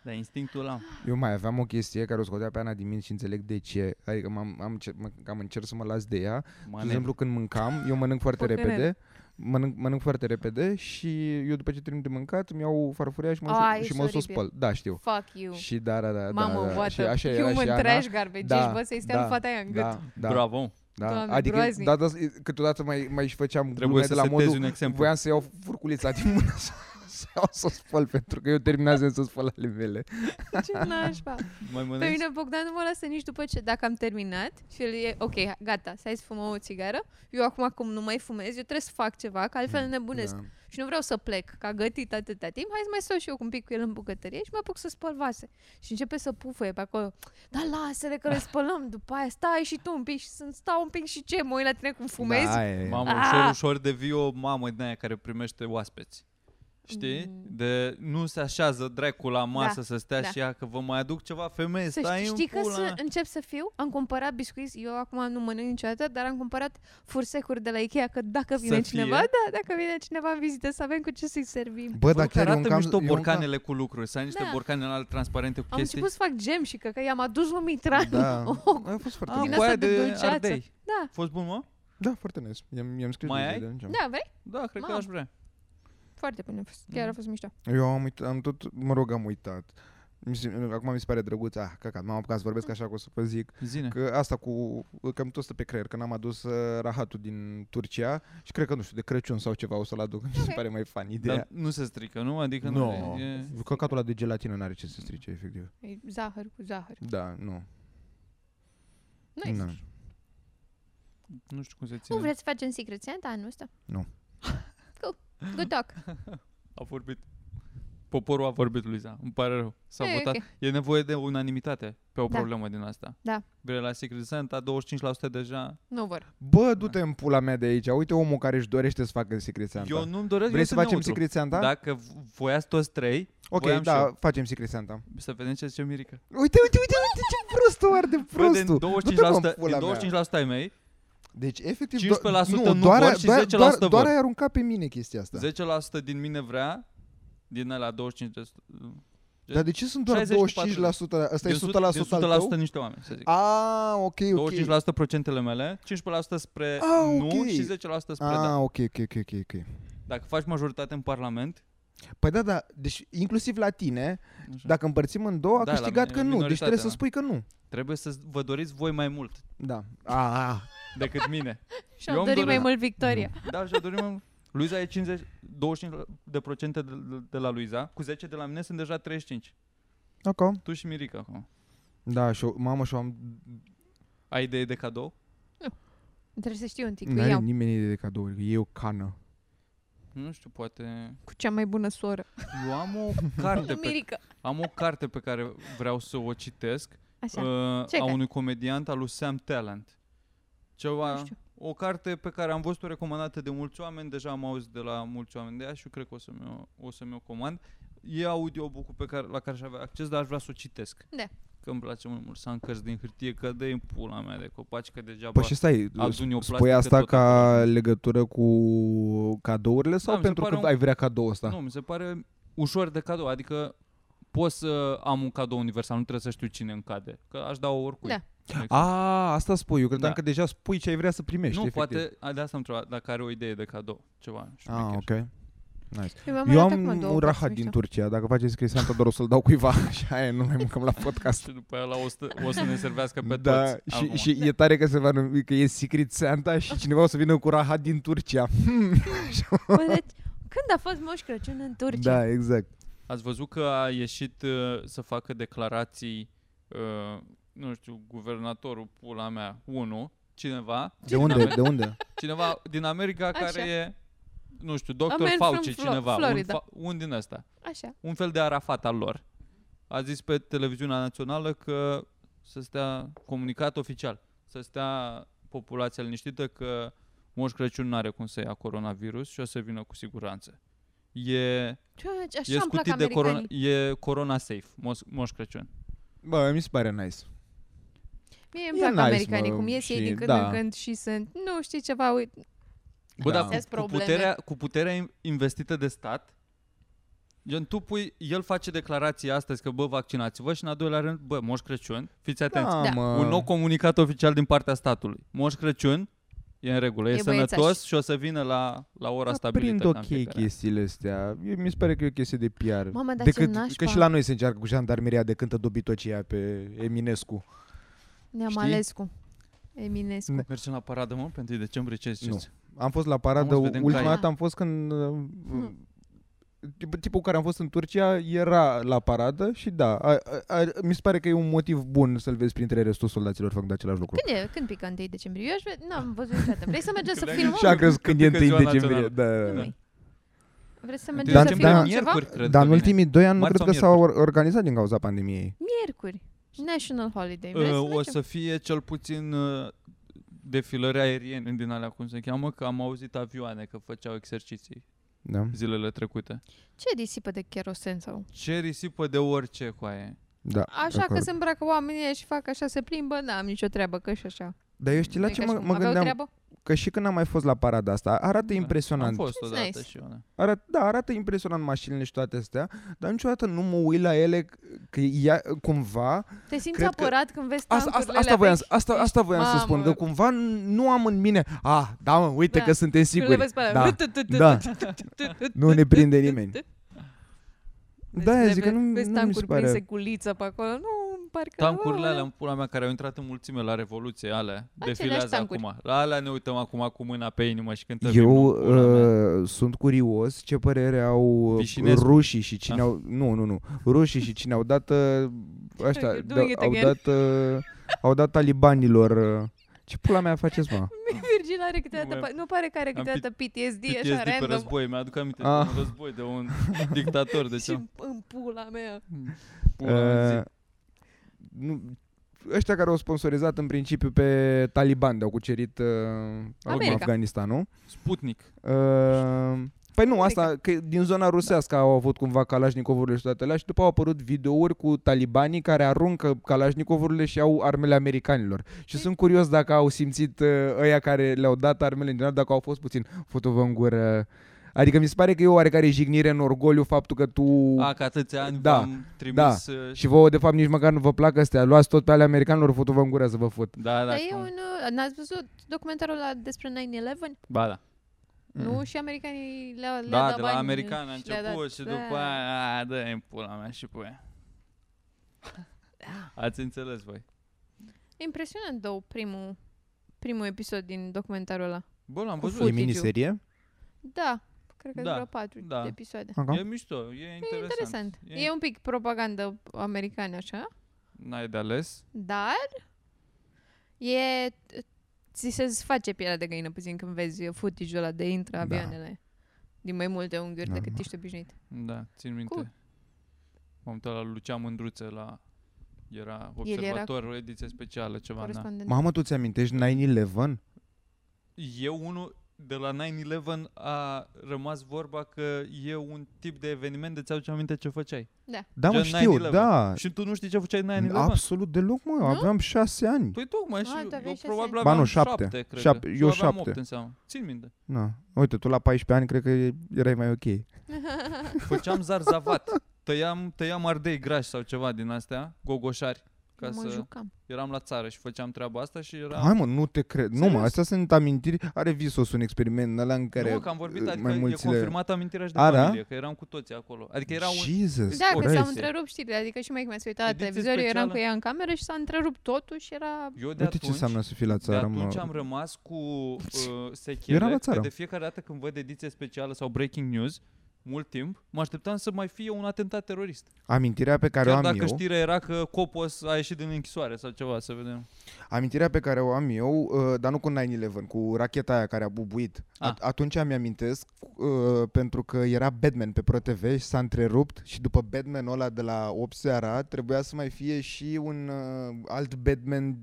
Speaker 2: Dar instinctul am.
Speaker 3: Eu mai aveam o chestie care o scotea pe Ana din mine și înțeleg de ce. Adică m-am, am, ce- mă, cam încerc să mă las de ea. De
Speaker 2: Mane.
Speaker 3: exemplu, când mâncam, eu mănânc foarte
Speaker 1: Pocănel.
Speaker 3: repede. Mănânc, mănânc foarte repede și eu după ce termin de mâncat îmi iau farfuria și mă,
Speaker 1: Ah,
Speaker 3: și
Speaker 1: ești
Speaker 3: mă sus
Speaker 1: oribil.
Speaker 3: spăl. Da, știu.
Speaker 1: Fuck you.
Speaker 3: Și da, da, da,
Speaker 1: Mamă,
Speaker 3: da, da.
Speaker 1: what
Speaker 3: Și
Speaker 1: a
Speaker 3: așa era
Speaker 1: human
Speaker 3: și Ana.
Speaker 1: trash garbage,
Speaker 3: Da,
Speaker 1: da, bă, să-i stea
Speaker 3: da,
Speaker 1: în fata aia în gât.
Speaker 3: Da, da,
Speaker 2: Bravo.
Speaker 3: da.
Speaker 1: Doamne,
Speaker 3: adică,
Speaker 1: groaznic.
Speaker 3: da, da, câteodată mai, mai și făceam
Speaker 2: Trebuie
Speaker 3: glume
Speaker 2: să
Speaker 3: de la
Speaker 2: setezi
Speaker 3: modul,
Speaker 2: un exemplu.
Speaker 3: voiam să iau furculița din mână să, să iau să o spăl, pentru că eu terminasem să spăl ale mele.
Speaker 1: Ce nașpa.
Speaker 2: Mai
Speaker 1: Pe
Speaker 2: mănânci?
Speaker 1: mine Bogdan nu mă lasă nici după ce, dacă am terminat și el e, ok, gata, să hai să fumăm o țigară. Eu acum, cum nu mai fumez, eu trebuie să fac ceva, că altfel nebunesc.
Speaker 3: Da.
Speaker 1: Și nu vreau să plec, că a gătit atâta timp, hai să mai stau și eu cu un pic cu el în bucătărie și mă apuc să spăl vase. Și începe să pufăie pe acolo. Da, lasă-le că le spălăm, după aia stai și tu un pic și sunt, stau un pic și ce, mă uit la tine cum fumezi.
Speaker 3: Da, e.
Speaker 2: Mamă,
Speaker 1: Ah!
Speaker 2: ușor, ușor devii o mamă din aia care primește oaspeți. Știi? De nu se așează dracu la masă
Speaker 1: Mm. Da,
Speaker 2: să stea
Speaker 1: da.
Speaker 2: și ea că vă mai aduc ceva femeie,
Speaker 1: Să
Speaker 2: stai
Speaker 1: știi,
Speaker 2: în
Speaker 1: știi că
Speaker 2: pula.
Speaker 1: să
Speaker 2: mea.
Speaker 1: încep să fiu, am cumpărat biscuiți, eu acum nu mănânc niciodată, dar am cumpărat fursecuri de la Ikea, că dacă
Speaker 2: Să
Speaker 1: vine
Speaker 2: fie.
Speaker 1: cineva, da, dacă vine cineva în vizită, să avem cu ce să-i servim.
Speaker 3: Bă,
Speaker 2: Bă,
Speaker 3: dar
Speaker 2: că
Speaker 3: chiar e un
Speaker 2: arată
Speaker 3: cam...
Speaker 2: mișto
Speaker 3: e un cam-
Speaker 2: borcanele cu lucruri, să ai niște
Speaker 1: Da.
Speaker 2: borcane alale transparente cu
Speaker 1: Am
Speaker 2: chestii.
Speaker 1: început să fac gem și că, că i-am adus lui Mitran.
Speaker 3: Da,
Speaker 1: O,
Speaker 3: a fost foarte
Speaker 2: Ah,
Speaker 1: din
Speaker 3: nice.
Speaker 2: cu
Speaker 1: asta
Speaker 2: aia
Speaker 1: de
Speaker 2: de
Speaker 1: dulceață.
Speaker 2: ardei.
Speaker 1: Da.
Speaker 2: Fost bun, mă?
Speaker 3: Da, foarte nice. I-am, i-am scris
Speaker 2: Mai
Speaker 3: de-
Speaker 2: ai?
Speaker 3: de atunci.
Speaker 1: da, vrei?
Speaker 2: Da, cred că
Speaker 1: Mamă.
Speaker 2: aș vrea.
Speaker 1: Foarte bine a fost. Chiar
Speaker 2: Da.
Speaker 1: a fost mișto.
Speaker 3: Eu am, uit, am tot, mă rog, am uitat. Mi se, acum mi se pare drăguț, ah, căcat, m-am apucat să vorbesc așa că o să vă zic
Speaker 2: Zine.
Speaker 3: că asta cu, că îmi tot stă pe creier, că n-am adus uh, rahatul din Turcia și cred că, nu știu, de Crăciun sau ceva o să-l aduc, mi se
Speaker 1: Ok.
Speaker 3: pare mai fan
Speaker 2: Dar
Speaker 3: ideea.
Speaker 2: nu se strică, nu? Adică
Speaker 3: Nu,
Speaker 2: nu. E...
Speaker 3: Da. căcatul ăla de gelatină n-are ce să strice, efectiv.
Speaker 1: E zahăr cu zahăr.
Speaker 3: Da, nu.
Speaker 1: Nice.
Speaker 2: Da.
Speaker 3: Na.
Speaker 2: Nu știu cum se
Speaker 1: Nu
Speaker 2: ține.
Speaker 1: vreți să facem Secret Santa anul ăsta?
Speaker 3: Nu.
Speaker 1: Cool. Good talk.
Speaker 2: A vorbit. Poporul a vorbit, Luiza. Îmi pare rău. S-a
Speaker 1: E,
Speaker 2: e, votat.
Speaker 1: ok.
Speaker 2: E nevoie de unanimitate pe o
Speaker 1: Da.
Speaker 2: problemă din asta.
Speaker 1: Da.
Speaker 2: Vre la Secret Santa, 25% deja.
Speaker 1: Nu vor.
Speaker 3: Bă, du-te în pula mea de aici. Uite omul care își dorește să facă Secret Santa.
Speaker 2: Eu nu-mi doresc,
Speaker 3: Da, Vrei
Speaker 2: eu
Speaker 3: să
Speaker 2: sunt
Speaker 3: facem
Speaker 2: neutru.
Speaker 3: Secret Santa?
Speaker 2: Dacă v- voiați toți trei,
Speaker 3: ok,
Speaker 2: voiam și
Speaker 3: da,
Speaker 2: eu.
Speaker 3: facem Secret Santa.
Speaker 2: să vedem ce zice Mirica.
Speaker 3: Uite, uite, uite, uite ce prostul arde prostul.
Speaker 2: Bă, din 25%,
Speaker 3: Du-te, mă, în pula
Speaker 2: din
Speaker 3: mea.
Speaker 2: 25% ai mei,
Speaker 3: Deci, efectiv,
Speaker 2: 15%
Speaker 3: do-
Speaker 2: nu
Speaker 3: doar,
Speaker 2: vor și
Speaker 3: doar,
Speaker 2: 10%
Speaker 3: doar,
Speaker 2: vor.
Speaker 3: doar ai aruncat pe mine chestia asta.
Speaker 2: 10% din mine vrea, din la 25%, din
Speaker 3: Dar de ce sunt doar
Speaker 2: 60 cu
Speaker 3: 25%? Asta e 100%,
Speaker 2: sut- din 100%
Speaker 3: al tău?
Speaker 2: niște oameni, să zic.
Speaker 3: Ah, ok, ok.
Speaker 2: 25% procentele mele, 15% spre
Speaker 3: Ah,
Speaker 2: nu
Speaker 3: ok.
Speaker 2: și 10% spre da.
Speaker 3: Ah, ok, ok, ok, ok, ok.
Speaker 2: Dacă faci majoritate în Parlament,
Speaker 3: Păi da, da, deci inclusiv la tine,
Speaker 2: așa,
Speaker 3: dacă împărțim în două, a
Speaker 2: Da, la
Speaker 3: câștigat
Speaker 2: mine,
Speaker 3: că nu. Deci
Speaker 2: minoritate,
Speaker 3: trebuie să
Speaker 2: da.
Speaker 3: spui că nu.
Speaker 2: trebuie să vă doriți voi mai mult
Speaker 3: Da. Ah,
Speaker 2: decât mine.
Speaker 1: Și am
Speaker 2: Eu îmi
Speaker 1: dorit mai
Speaker 2: doresc.
Speaker 1: mult victoria.
Speaker 2: Da, și dorim... în- Luiza e 50, 25% de, procente de, de la Luiza, cu 10 de la mine sunt deja 35.
Speaker 3: ok.
Speaker 2: Tu și Mirica acum.
Speaker 3: Da, și eu, mamă, și eu am...
Speaker 2: Ai idee de cadou?
Speaker 1: Trebuie să știu un tic.
Speaker 3: Nu are
Speaker 1: Iau
Speaker 3: nimeni idee de cadouri, e o cană.
Speaker 2: Nu știu, poate...
Speaker 1: cu cea mai bună soră.
Speaker 2: Eu am o carte pe
Speaker 1: Mirica.
Speaker 2: Am o carte pe care vreau să o citesc
Speaker 1: Așa.
Speaker 2: uh,
Speaker 1: Ce
Speaker 2: a
Speaker 1: carte?
Speaker 2: unui comediant al lui Sam Talent. Ceva,
Speaker 1: Nu știu.
Speaker 2: o carte pe care am văzut-o recomandată de mulți oameni, deja am auzit de la mulți oameni de ea și eu cred că o să mi-o, o să mi-o comand. E audiobook-ul pe care, la care aș avea acces, dar aș vrea să o citesc.
Speaker 1: Da.
Speaker 2: Că îmi place mult, mult să am cărți din hârtie, că de pula mea de copaci, că degeaba...
Speaker 3: Păi și stai,
Speaker 2: aduni o
Speaker 3: spui
Speaker 2: plastică
Speaker 3: asta
Speaker 2: tot
Speaker 3: ca legătură cu cadourile sau
Speaker 2: Da, mi se
Speaker 3: pentru că
Speaker 2: pare un-
Speaker 3: ai vrea cadou ăsta?
Speaker 2: Nu, mi se pare ușor de cadou, adică pot să am un cadou universal, nu trebuie să știu cine îmi cade, că aș da o oricui.
Speaker 1: Da.
Speaker 2: Exact.
Speaker 3: A, Ah, asta spui, eu credeam
Speaker 2: Da.
Speaker 3: că deja spui ce ai vrea să primești,
Speaker 2: nu,
Speaker 3: efectiv.
Speaker 2: poate, a, de asta am întrebat, dacă are o idee de cadou, ceva. șmecher.
Speaker 3: Ah, ok. Nice.
Speaker 1: Eu, mi-am
Speaker 3: Eu
Speaker 1: luat
Speaker 3: am
Speaker 1: acum două
Speaker 3: un
Speaker 1: cărți
Speaker 3: rahat din
Speaker 1: mișto.
Speaker 3: Turcia, dacă faceți Crisanta doar o să-l dau cuiva și aia nu mai mâncăm la podcast.
Speaker 2: Și după aia la o, să, o să ne servească pe
Speaker 3: da,
Speaker 2: toți.
Speaker 3: și, și e tare că, se va numi, că e Secret Santa și cineva o să vină cu rahat din Turcia.
Speaker 1: Bă, deci, când a fost Moș Crăciun în Turcia?
Speaker 3: Da, exact.
Speaker 2: Ați văzut că a ieșit uh, să facă declarații, uh, nu știu, guvernatorul, pula mea, unul, cineva,
Speaker 3: De unde? De unde?
Speaker 2: cineva din America
Speaker 1: Așa.
Speaker 2: care e, nu știu,
Speaker 1: A
Speaker 2: doctor
Speaker 1: man from
Speaker 2: Fauci,
Speaker 1: Flo-
Speaker 2: cineva, un,
Speaker 1: Florida.
Speaker 2: fa- un din ăsta,
Speaker 1: Așa.
Speaker 2: un fel de arafat al lor. A zis pe televiziunea națională că să stea comunicat oficial, să stea populația liniștită că Moș Crăciun nu are cum să ia coronavirus și o să vină cu siguranță. E,
Speaker 1: Ce- Așa
Speaker 2: e
Speaker 1: îmi plac
Speaker 2: scutit de corona,
Speaker 1: americanii.
Speaker 2: e corona safe, Moș, Moș Crăciun.
Speaker 3: Bă, mi se pare nice.
Speaker 1: Mie îmi plac
Speaker 3: E nice,
Speaker 1: americanii,
Speaker 3: mă,
Speaker 1: cum ies ei
Speaker 3: și-
Speaker 1: din când
Speaker 3: da.
Speaker 1: în când și sunt, nu știi ceva, uite,
Speaker 2: Bă,
Speaker 3: Da.
Speaker 2: da. dar
Speaker 1: Astea-s
Speaker 2: cu, cu,
Speaker 1: probleme.
Speaker 2: puterea, cu puterea in- investită de stat, gen tu pui, el face declarația astăzi că bă, vaccinați-vă și în a doilea rând, bă, Moș Crăciun, fiți atenți.
Speaker 3: Da,
Speaker 1: Da.
Speaker 3: mă.
Speaker 2: Un nou comunicat oficial din partea statului. Moș Crăciun e în regulă, e,
Speaker 1: E
Speaker 2: sănătos
Speaker 1: băiețaș.
Speaker 2: și o să vină la, la ora stabilită.
Speaker 3: Da, Prind
Speaker 2: ca în
Speaker 3: ok
Speaker 2: fiecare an.
Speaker 3: chestiile astea. Eu, mi se pare că e o chestie de PR.
Speaker 1: mamă, dar ce
Speaker 3: Decât,
Speaker 1: nașpa,
Speaker 3: că și la noi se încearcă cu jandarmeria de cântă dobitocia pe Eminescu.
Speaker 1: ne-am
Speaker 2: știi?
Speaker 1: ales cu Eminescu.
Speaker 3: Da.
Speaker 2: Mergem la paradă, mă, pentru 1 decembrie, ce ziceți?
Speaker 3: Am fost la
Speaker 2: Nu,
Speaker 3: paradă,
Speaker 2: să vedem
Speaker 3: ultima
Speaker 1: cai.
Speaker 3: dată am fost când... uh,
Speaker 1: Hmm.
Speaker 3: tip- Tipul care am fost în Turcia era la paradă și da, a, a, a, mi se pare că e un motiv bun să-l vezi printre restul soldaților făcând același lucru.
Speaker 1: Când e? Când pică 1 decembrie? Eu aș vrea, n-am văzut niciodată. Vrei să mergem să
Speaker 2: Când ai
Speaker 1: filmăm?
Speaker 3: și a crezut când e 1
Speaker 2: Când ziua
Speaker 3: decembrie.
Speaker 2: națională.
Speaker 3: Da, da,
Speaker 1: Nu
Speaker 3: da.
Speaker 1: mai. Vreți să
Speaker 2: 1
Speaker 1: mergem
Speaker 3: Dar-
Speaker 1: să
Speaker 2: decembrie,
Speaker 1: filmăm
Speaker 3: dar-
Speaker 1: ceva?
Speaker 2: miercuri, cred
Speaker 3: Dar în
Speaker 2: că vine.
Speaker 3: ultimii doi ani nu
Speaker 2: Marți
Speaker 3: cred
Speaker 2: sau
Speaker 3: că s-au or- organizat din cauza pandemiei.
Speaker 1: Miercuri. National Holiday. Vrei
Speaker 2: Uh,
Speaker 1: să
Speaker 2: o
Speaker 1: mergem?
Speaker 2: să fie cel puțin uh, defilări aeriene din alea, cum se cheamă, că am auzit avioane că făceau exerciții
Speaker 3: Da.
Speaker 2: zilele trecute.
Speaker 1: Ce disipă de cherosen sau?
Speaker 2: Ce risipă de orice coaie.
Speaker 3: da
Speaker 1: Așa că se îmbracă oamenii ăia și fac așa, se plimbă, n-am nicio treabă, că și așa.
Speaker 3: Dar eu știi la
Speaker 1: Nu e
Speaker 3: ce
Speaker 1: ca
Speaker 3: mă,
Speaker 1: și cum
Speaker 3: mă
Speaker 1: aveau
Speaker 3: gândeam?
Speaker 1: treabă?
Speaker 3: Că și când am mai fost la parada asta, arată
Speaker 2: Da, Am
Speaker 3: impresionant.
Speaker 2: fost
Speaker 1: It's
Speaker 2: odată
Speaker 1: nice.
Speaker 2: și eu. da.
Speaker 3: Arat, da, arată impresionant mașinile și toate astea, dar niciodată nu mă uit la ele că ea, cumva...
Speaker 1: Te simți
Speaker 3: Cred că-
Speaker 1: apărat când vezi
Speaker 3: Asta, asta,
Speaker 1: tancurile
Speaker 3: asta
Speaker 1: alea
Speaker 3: voiam,
Speaker 1: vechi?
Speaker 3: asta, asta voiam să spun, că
Speaker 1: mamă.
Speaker 3: cumva nu am în mine... Ah, da, mă, uite
Speaker 1: Da.
Speaker 3: că suntem
Speaker 1: Când le
Speaker 3: siguri.
Speaker 1: vezi pe alea.
Speaker 3: Da. Da. Nu ne prinde nimeni.
Speaker 1: Da, Deci
Speaker 3: Da,
Speaker 1: le
Speaker 3: zic că
Speaker 1: vezi-
Speaker 3: nu,
Speaker 1: Vezi
Speaker 3: nu mi se
Speaker 1: tancuri prinse
Speaker 3: pare...
Speaker 1: cu liță pe acolo. Nu, parcă...
Speaker 2: Tancurile alea în pula mea care au intrat în mulțime la Revoluție, alea defilează
Speaker 1: tancuri.
Speaker 2: acum. La alea ne uităm acum cu mâna pe inimă și cântăm
Speaker 3: Eu
Speaker 2: imnul, pula mea.
Speaker 3: uh, sunt curios ce părere au
Speaker 2: Vișinescu.
Speaker 3: rușii și cine
Speaker 2: Ah.
Speaker 3: au... Nu, nu, nu. Rușii și cine au dat... uh, Ăștia,
Speaker 1: You're
Speaker 3: da,
Speaker 1: doing it
Speaker 3: au
Speaker 1: again.
Speaker 3: dat... uh, Au dat talibanilor... uh, Ce pula mea faceți, mă?
Speaker 1: Virgil a are câteodată,
Speaker 2: Nu,
Speaker 1: pa- nu pare că are
Speaker 2: am
Speaker 1: câteodată PTSD,
Speaker 2: PTSD
Speaker 1: Deci așa
Speaker 2: pe
Speaker 1: random.
Speaker 2: război. Mi-aduc aminte
Speaker 3: Ah. Ă,
Speaker 2: de un război, de un dictator, de
Speaker 1: și
Speaker 2: ce?
Speaker 1: în, în pula mea.
Speaker 3: Uh, nu, ăștia care au sponsorizat în principiu pe Taliban de-au cucerit uh, acum
Speaker 1: America.
Speaker 3: Afganistanul.
Speaker 2: Sputnik.
Speaker 3: Uh, păi nu, asta că din zona rusească au avut cumva calașnicovurile și toate alea și după au apărut videouri cu talibanii care aruncă calașnicovurile și au armele americanilor. Și sunt curios dacă au simțit uh, ăia care le-au dat armele în general, dacă au fost puțin fotovă în gură. Adică mi se pare că e o oarecare jignire în orgoliu faptul că tu...
Speaker 2: A, că atâția ani
Speaker 3: Da,
Speaker 2: v-am trimis... Da.
Speaker 3: Și vouă, de fapt, nici măcar nu vă plac astea. Luați tot pe ale americanilor, fotu-vă în gură să vă fut.
Speaker 2: Da, da,
Speaker 1: Dar e
Speaker 2: cum-
Speaker 1: un... uh, N-ați văzut documentarul ăla despre 9-11?
Speaker 2: ba, da.
Speaker 1: Nu? Și americanii le-au le-a
Speaker 2: Da,
Speaker 1: dat
Speaker 2: de la
Speaker 1: bani
Speaker 2: american a
Speaker 1: și le-a dat-
Speaker 2: început și
Speaker 1: da.
Speaker 2: după aia, a, dă-i în pula mea și pe aia.
Speaker 1: Da.
Speaker 2: Ați înțeles voi.
Speaker 1: Impresionant, două, primul, primul episod din documentarul ăla.
Speaker 2: Bă, l-am
Speaker 1: Cu
Speaker 2: văzut.
Speaker 1: fut. footage-ul. Da, cred că
Speaker 2: Da,
Speaker 1: da, vreo patru
Speaker 2: da.
Speaker 1: da. episoade.
Speaker 2: E mișto, e interesant.
Speaker 1: Interesant. E, e
Speaker 2: E...
Speaker 1: un pic propagandă americană, așa,
Speaker 2: N-ai de ales.
Speaker 1: dar e... Ți se face pielea de găină puțin când vezi footage-ul ăla de intră
Speaker 3: Da.
Speaker 1: avioanele din mai multe unghiuri Normal. decât
Speaker 3: Normal.
Speaker 1: ești obișnuit.
Speaker 2: Da, țin minte.
Speaker 1: Cool.
Speaker 2: M-am uitat la Lucia Mândruță, la... Era
Speaker 1: El era
Speaker 2: observator, o ediție specială, ceva. da. Na.
Speaker 1: Corespondent.
Speaker 3: Mamă, tu ți-amintești 9-11?
Speaker 2: Eu, unul, de la 9-11 a rămas vorba că e un tip de eveniment de ți-aduce aminte ce făceai.
Speaker 3: Da, mă,
Speaker 2: Gen
Speaker 3: știu,
Speaker 2: 9/11.
Speaker 3: da.
Speaker 2: Și tu nu știi ce făceai în 9-11.
Speaker 3: Absolut deloc, mă.
Speaker 1: Nu?
Speaker 3: Aveam șase ani.
Speaker 2: Păi tocmai
Speaker 1: Ah,
Speaker 2: și
Speaker 1: tu
Speaker 2: eu,
Speaker 1: aveai
Speaker 2: eu
Speaker 1: șase
Speaker 2: probabil
Speaker 1: ani.
Speaker 2: aveam
Speaker 3: Ba nu, șapte.
Speaker 2: șapte cred.
Speaker 3: Șapte-
Speaker 2: că.
Speaker 3: eu
Speaker 2: eu aveam
Speaker 3: șapte.
Speaker 2: opt în seamă. Țin minte.
Speaker 3: Na. Uite, tu la 14 ani cred că erai mai ok.
Speaker 2: Făceam zarzavat. Tăiam, tăiam ardei grași sau ceva din astea, gogoșari. Ca
Speaker 1: mă
Speaker 2: să...
Speaker 1: jucam.
Speaker 2: Eram la țară și făceam treaba asta și era...
Speaker 3: Hai mă, nu te cred. Nu mă,
Speaker 2: Da. Serios?
Speaker 3: astea sunt amintiri. Are Visos un experiment în ăla în care
Speaker 2: nu, că am vorbit,
Speaker 3: uh,
Speaker 2: adică
Speaker 3: mai mulți
Speaker 2: e confirmat amintirea și de
Speaker 3: A, da?
Speaker 2: familie, că eram cu toții acolo. Adică era un...
Speaker 3: Jesus
Speaker 1: Da, că
Speaker 2: Corect.
Speaker 1: s-au
Speaker 3: Christ.
Speaker 1: întrerupt știrile, adică și mai mi s-a uitat la
Speaker 2: Ediție
Speaker 1: televizor, eu eram
Speaker 2: specială.
Speaker 1: cu ea în cameră și s-a întrerupt totul și era...
Speaker 2: Eu de
Speaker 3: Uite
Speaker 2: atunci,
Speaker 3: ce înseamnă să fii la
Speaker 2: de
Speaker 3: țară,
Speaker 2: atunci am
Speaker 3: mă.
Speaker 2: rămas cu uh,
Speaker 3: Era la
Speaker 2: sechele, că
Speaker 3: țară.
Speaker 2: de fiecare dată când văd ediție specială sau breaking news, mult timp, mă așteptam să mai fie un atentat terorist.
Speaker 3: Amintirea pe care o
Speaker 2: Chiar
Speaker 3: am
Speaker 2: dacă
Speaker 3: eu...
Speaker 2: știrea era că Copos a ieșit din închisoare sau ceva, să vedem.
Speaker 3: Amintirea pe care o am eu, uh, dar nu cu 9-11, cu racheta aia care a bubuit.
Speaker 2: Ah.
Speaker 3: A. Atunci mi-amintesc uh, pentru că era Batman pe ProTV și s-a întrerupt și după Batman ăla de la 8 seara trebuia să mai fie și un uh, alt Batman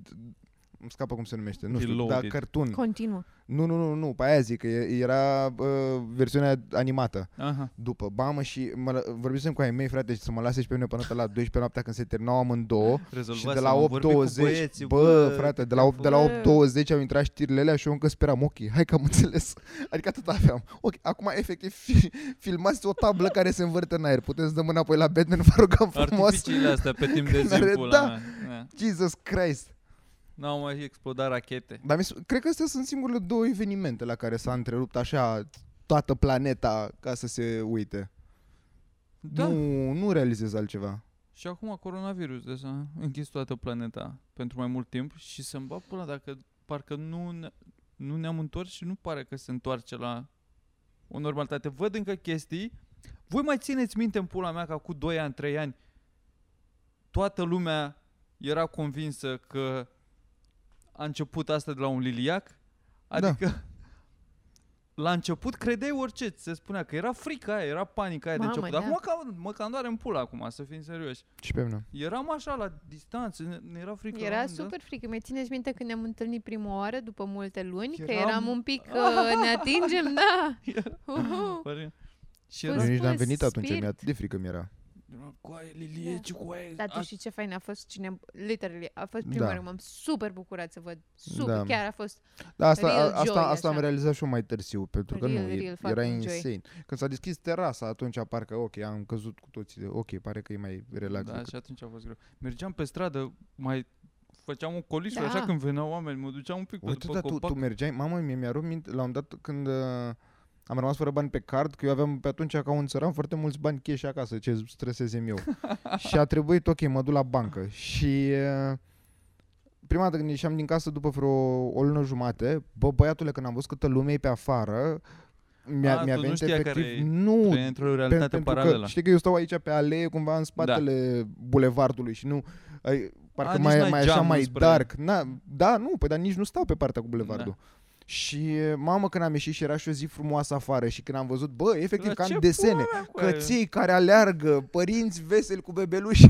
Speaker 3: îmi scapă cum se numește, nu știu,
Speaker 2: Reloaded.
Speaker 3: dar cartoon.
Speaker 1: Continuă.
Speaker 3: Nu, nu, nu, nu, pe aia zic, că e- era uh, versiunea animată
Speaker 2: Aha.
Speaker 3: după bamă și mă, vorbisem cu ai mei, frate, și să mă lase și pe mine până la 12 noaptea când se terminau amândouă și
Speaker 2: Rezolvați,
Speaker 3: de la
Speaker 2: am vorbit cu
Speaker 3: 8.20,
Speaker 2: băieții,
Speaker 3: bă, frate, de la, 8, de la 8.20 au intrat știrile alea și eu încă speram, ok, hai că am înțeles, adică atât aveam. Ok, acum efectiv fi, filmați o tablă care se învârte în aer, puteți să dăm înapoi la Batman, vă rugăm frumos.
Speaker 2: Artificiile astea pe timp de
Speaker 3: Când
Speaker 2: zi,
Speaker 3: are-
Speaker 2: pula
Speaker 3: da.
Speaker 2: mea. Da.
Speaker 3: Jesus Christ.
Speaker 2: N-au mai explodat rachete.
Speaker 3: Dar mi se- cred că astea sunt singurele două evenimente la care s-a întrerupt așa toată planeta ca să se uite.
Speaker 2: Da. Nu.
Speaker 3: Nu, nu realizez altceva.
Speaker 2: Și acum coronavirus, de s-a închis toată planeta pentru mai mult timp și să-mi bag pula dacă parcă nu, ne- nu ne-am întors și nu pare că se întoarce la o normalitate. Văd încă chestii. Voi mai țineți minte în pula mea că cu 2 ani, 3 ani toată lumea era convinsă că a început asta de la un liliac? Adică la început credeai orice, ți se spunea că era frica aia, era panica aia
Speaker 1: Mamă,
Speaker 2: de început.
Speaker 1: da.
Speaker 2: Acum ca, mă cam doare în pula acum, să fim serioși.
Speaker 3: Și pe mine.
Speaker 2: Eram așa la distanță, ne, ne era frică. la un
Speaker 1: Era
Speaker 2: moment dat.
Speaker 1: super frică. Mai țineți minte când ne-am întâlnit prima oară după multe luni? Că
Speaker 2: Eram- Ah!
Speaker 1: eram un pic, uh, ne atingem, da. Uhu.
Speaker 3: Păi,
Speaker 2: Pare- Și
Speaker 1: Pus.
Speaker 2: era,
Speaker 3: Eu nici n-am venit
Speaker 1: Spirit.
Speaker 3: atunci, mi-a de frică mi-era.
Speaker 2: coaie, lilie,
Speaker 1: Da.
Speaker 2: ce coaie.
Speaker 1: Dar tu
Speaker 2: a-
Speaker 1: știi ce fain a fost cine, literally, a fost prima
Speaker 3: Da.
Speaker 1: oară, m-am super bucurat să văd, super,
Speaker 3: Da.
Speaker 1: chiar a fost,
Speaker 3: Da, asta,
Speaker 1: Real
Speaker 3: a, asta,
Speaker 1: joy,
Speaker 3: asta am
Speaker 1: așa.
Speaker 3: realizat și eu mai târziu, pentru că
Speaker 1: Real,
Speaker 3: nu, e-
Speaker 1: real
Speaker 3: era
Speaker 1: fucking joy.
Speaker 3: insane. Când s-a deschis terasa, atunci parcă, ok, am căzut cu toții, de- ok, pare că e mai relaxat.
Speaker 2: Da, și atunci a fost greu. Mergeam pe stradă, mai făceam un coliș
Speaker 1: Da.
Speaker 2: așa când veneau oameni, mă duceam un pic pe
Speaker 3: Uite,
Speaker 2: după
Speaker 3: da, tu,
Speaker 2: copac.
Speaker 3: tu mergeai, mamă, mie mi-a rupt minte, la un dat când uh, am rămas fără bani pe card, că eu aveam pe atunci ca un țăran foarte mulți bani cash acasă, ce stresezem eu. și a trebuit, ok, mă duc la bancă. Și uh, prima dată când ieșeam din casă după vreo o lună jumate, bă, băiatule, când am văzut câtă lume e pe afară, mi-a,
Speaker 2: A,
Speaker 3: mi-a
Speaker 2: tu nu
Speaker 3: venit
Speaker 2: știa
Speaker 3: efectiv,
Speaker 2: care e-
Speaker 3: nu,
Speaker 2: Trăiai într-o
Speaker 3: Pe-
Speaker 2: realitate
Speaker 3: pentru
Speaker 2: paralelă.
Speaker 3: Că, știi că eu stau aici pe alee, cumva în spatele bulevardului și nu... Ai, parcă
Speaker 2: nici
Speaker 3: mai,
Speaker 2: n-ai
Speaker 3: mai așa,
Speaker 2: geamul
Speaker 3: mai
Speaker 2: spre-
Speaker 3: dark. Na, da, nu, păi dar nici nu stau pe partea cu bulevardul. Și mamă când am ieșit și era și o zi frumoasă afară și când am văzut, bă, efectiv
Speaker 2: La
Speaker 3: că am
Speaker 2: ce
Speaker 3: desene,
Speaker 2: pula mea, coaie?
Speaker 3: căței care aleargă, părinți veseli cu bebeluși și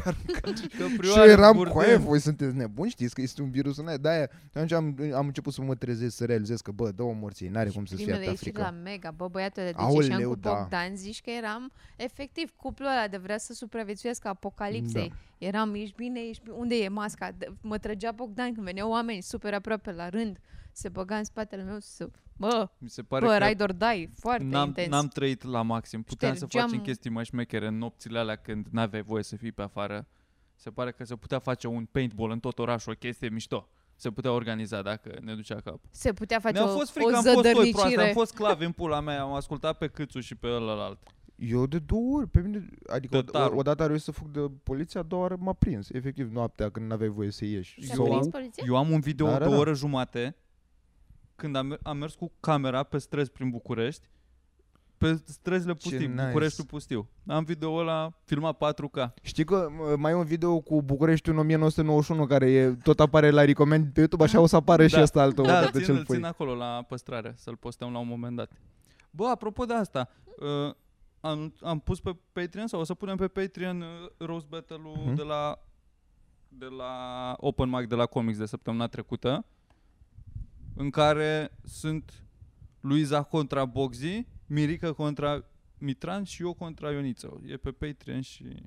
Speaker 2: Căprioare,
Speaker 3: eu eram
Speaker 2: burdel.
Speaker 3: cu aia, voi sunteți nebuni, știți că este un virus în aia, de-aia. Și atunci am, am început să mă trezesc, să realizez că, bă, două morții, n-are cum să fie
Speaker 1: Primele
Speaker 3: atâta
Speaker 1: ieșiri
Speaker 3: frică.
Speaker 1: la mega, bă băiatule, de ce
Speaker 3: Aoleu,
Speaker 1: și am cu
Speaker 3: da.
Speaker 1: Bogdan, zici că eram efectiv cuplul ăla de vrea să supraviețuiesc
Speaker 3: Da.
Speaker 1: apocalipsei. Eram, ești bine, ești bine, unde e masca? De- mă trăgea Bogdan când veneau oameni super aproape la rând, se băga în spatele meu, să, bă,
Speaker 2: Mi se
Speaker 1: Pare
Speaker 2: pare
Speaker 1: bă,
Speaker 2: că
Speaker 1: ride or die, foarte
Speaker 2: n-am,
Speaker 1: intens.
Speaker 2: n-am trăit la maxim. Puteam să
Speaker 1: Ștergeam-
Speaker 2: facem chestii mai șmechere în nopțile alea când n-aveai voie să fii pe afară. Se pare că se putea face un paintball în tot orașul, o chestie mișto. Se putea organiza dacă ne ducea cap.
Speaker 1: Se putea face
Speaker 2: Mi-a
Speaker 1: o,
Speaker 2: fost
Speaker 1: o
Speaker 2: frică, am fost doi proaste, am
Speaker 1: zădărnicire.
Speaker 2: fost clave în pula mea, am ascultat pe Câțu și pe ălălalt.
Speaker 3: Eu de două ori, pe mine, adică o,
Speaker 2: Tătarul.
Speaker 3: o, odată ar să fug de poliția, a doua oară m-a prins, efectiv, noaptea când n-aveai voie să ieși.
Speaker 1: S-a
Speaker 2: Eu
Speaker 1: prins
Speaker 2: am-
Speaker 1: poliția?
Speaker 2: Eu am un video
Speaker 3: Da,
Speaker 2: da,
Speaker 3: da,
Speaker 2: de o
Speaker 3: da.
Speaker 2: oră jumate când am, am mers cu camera pe străzi prin București, pe străzile pustii,
Speaker 3: nice.
Speaker 2: Bucureștiul pustiu. Am video ăla filmat 4K.
Speaker 3: Știi că m- mai e un video cu Bucureștiul în 1991 care e, tot apare la recomand pe YouTube, așa o să apară și
Speaker 2: Da.
Speaker 3: asta altă
Speaker 2: da,
Speaker 3: odată
Speaker 2: țin,
Speaker 3: ce-l
Speaker 2: îl
Speaker 3: pui.
Speaker 2: țin acolo la păstrare, să-l postăm la un moment dat. Bă, apropo de asta, uh, am, am pus pe Patreon sau o să punem pe Patreon uh, Rose Battle-ul
Speaker 3: Mhm.
Speaker 2: de la de la Open Mic de la Comics de săptămâna trecută în care sunt Luiza contra Boxy, Mirica contra Mitran și eu contra Ioniță. E pe Patreon și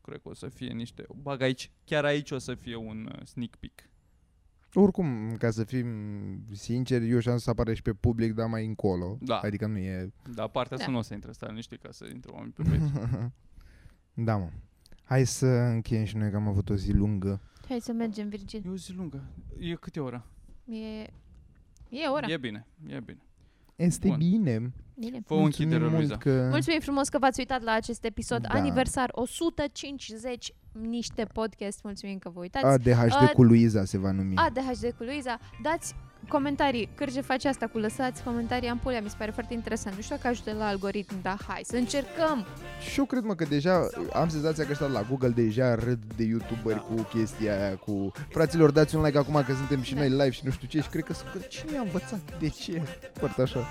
Speaker 2: cred că o să fie niște... Bag aici, chiar aici o să fie un uh, sneak peek.
Speaker 3: Oricum, ca să fim sinceri, eu șansă să apară și pe public, dar mai încolo.
Speaker 2: Da.
Speaker 3: Adică nu e...
Speaker 2: Da,
Speaker 1: Da.
Speaker 2: partea da. să nu o să intre stai liniște ca să intre oameni pe Patreon.
Speaker 3: da, mă. Hai să încheiem și noi că am avut o zi lungă.
Speaker 1: Hai să mergem, Virgil.
Speaker 2: E o zi lungă. E câte ora?
Speaker 1: E, e ora.
Speaker 2: E bine, e bine.
Speaker 3: Este
Speaker 2: Bun.
Speaker 3: bine.
Speaker 1: Bine.
Speaker 2: Fă o închidere,
Speaker 3: Mulțumim mult
Speaker 2: Luiza.
Speaker 3: Că...
Speaker 1: Mulțumim frumos că v-ați uitat la acest episod
Speaker 3: Mm-hmm. Da.
Speaker 1: aniversar 150 niște podcast. Mulțumim că vă uitați.
Speaker 3: ADHD
Speaker 1: A-
Speaker 3: cu Luiza se va numi.
Speaker 1: ADHD cu Luiza. Dați comentarii. Cârge face asta cu lăsați comentarii am pulea. Mi se pare foarte interesant. Nu știu dacă ajută la algoritm, dar hai să încercăm.
Speaker 3: Și eu cred, mă, că deja am senzația că ăștia la Google deja râd de youtuberi cu chestia aia, cu... Fraților, dați un like acum că suntem și
Speaker 1: Da.
Speaker 3: noi live și nu știu ce și cred că sunt- cine a învățat de ce? Foarte așa.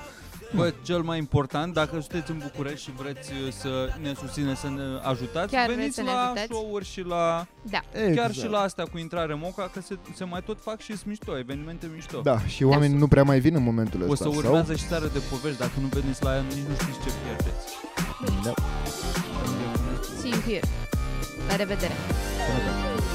Speaker 2: Bă, cel mai important, dacă sunteți în București și vreți uh, să ne susțineți, să ne ajutați,
Speaker 1: Chiar vreți
Speaker 2: veniți
Speaker 1: să ne
Speaker 2: la
Speaker 1: ajutați?
Speaker 2: show-uri și la...
Speaker 1: Da.
Speaker 3: Exact.
Speaker 2: Chiar și la astea cu intrare moca, că se, se mai tot fac și sunt mișto, evenimente mișto.
Speaker 3: Da, și oamenii nu prea mai vin în momentul
Speaker 2: O
Speaker 3: ăsta.
Speaker 2: să urmează și seara de povești, dacă nu veniți la ea, nici nu știți ce pierdeți. Adică,
Speaker 3: Sau... Da.
Speaker 1: See you here. La revedere.
Speaker 3: Sănătate.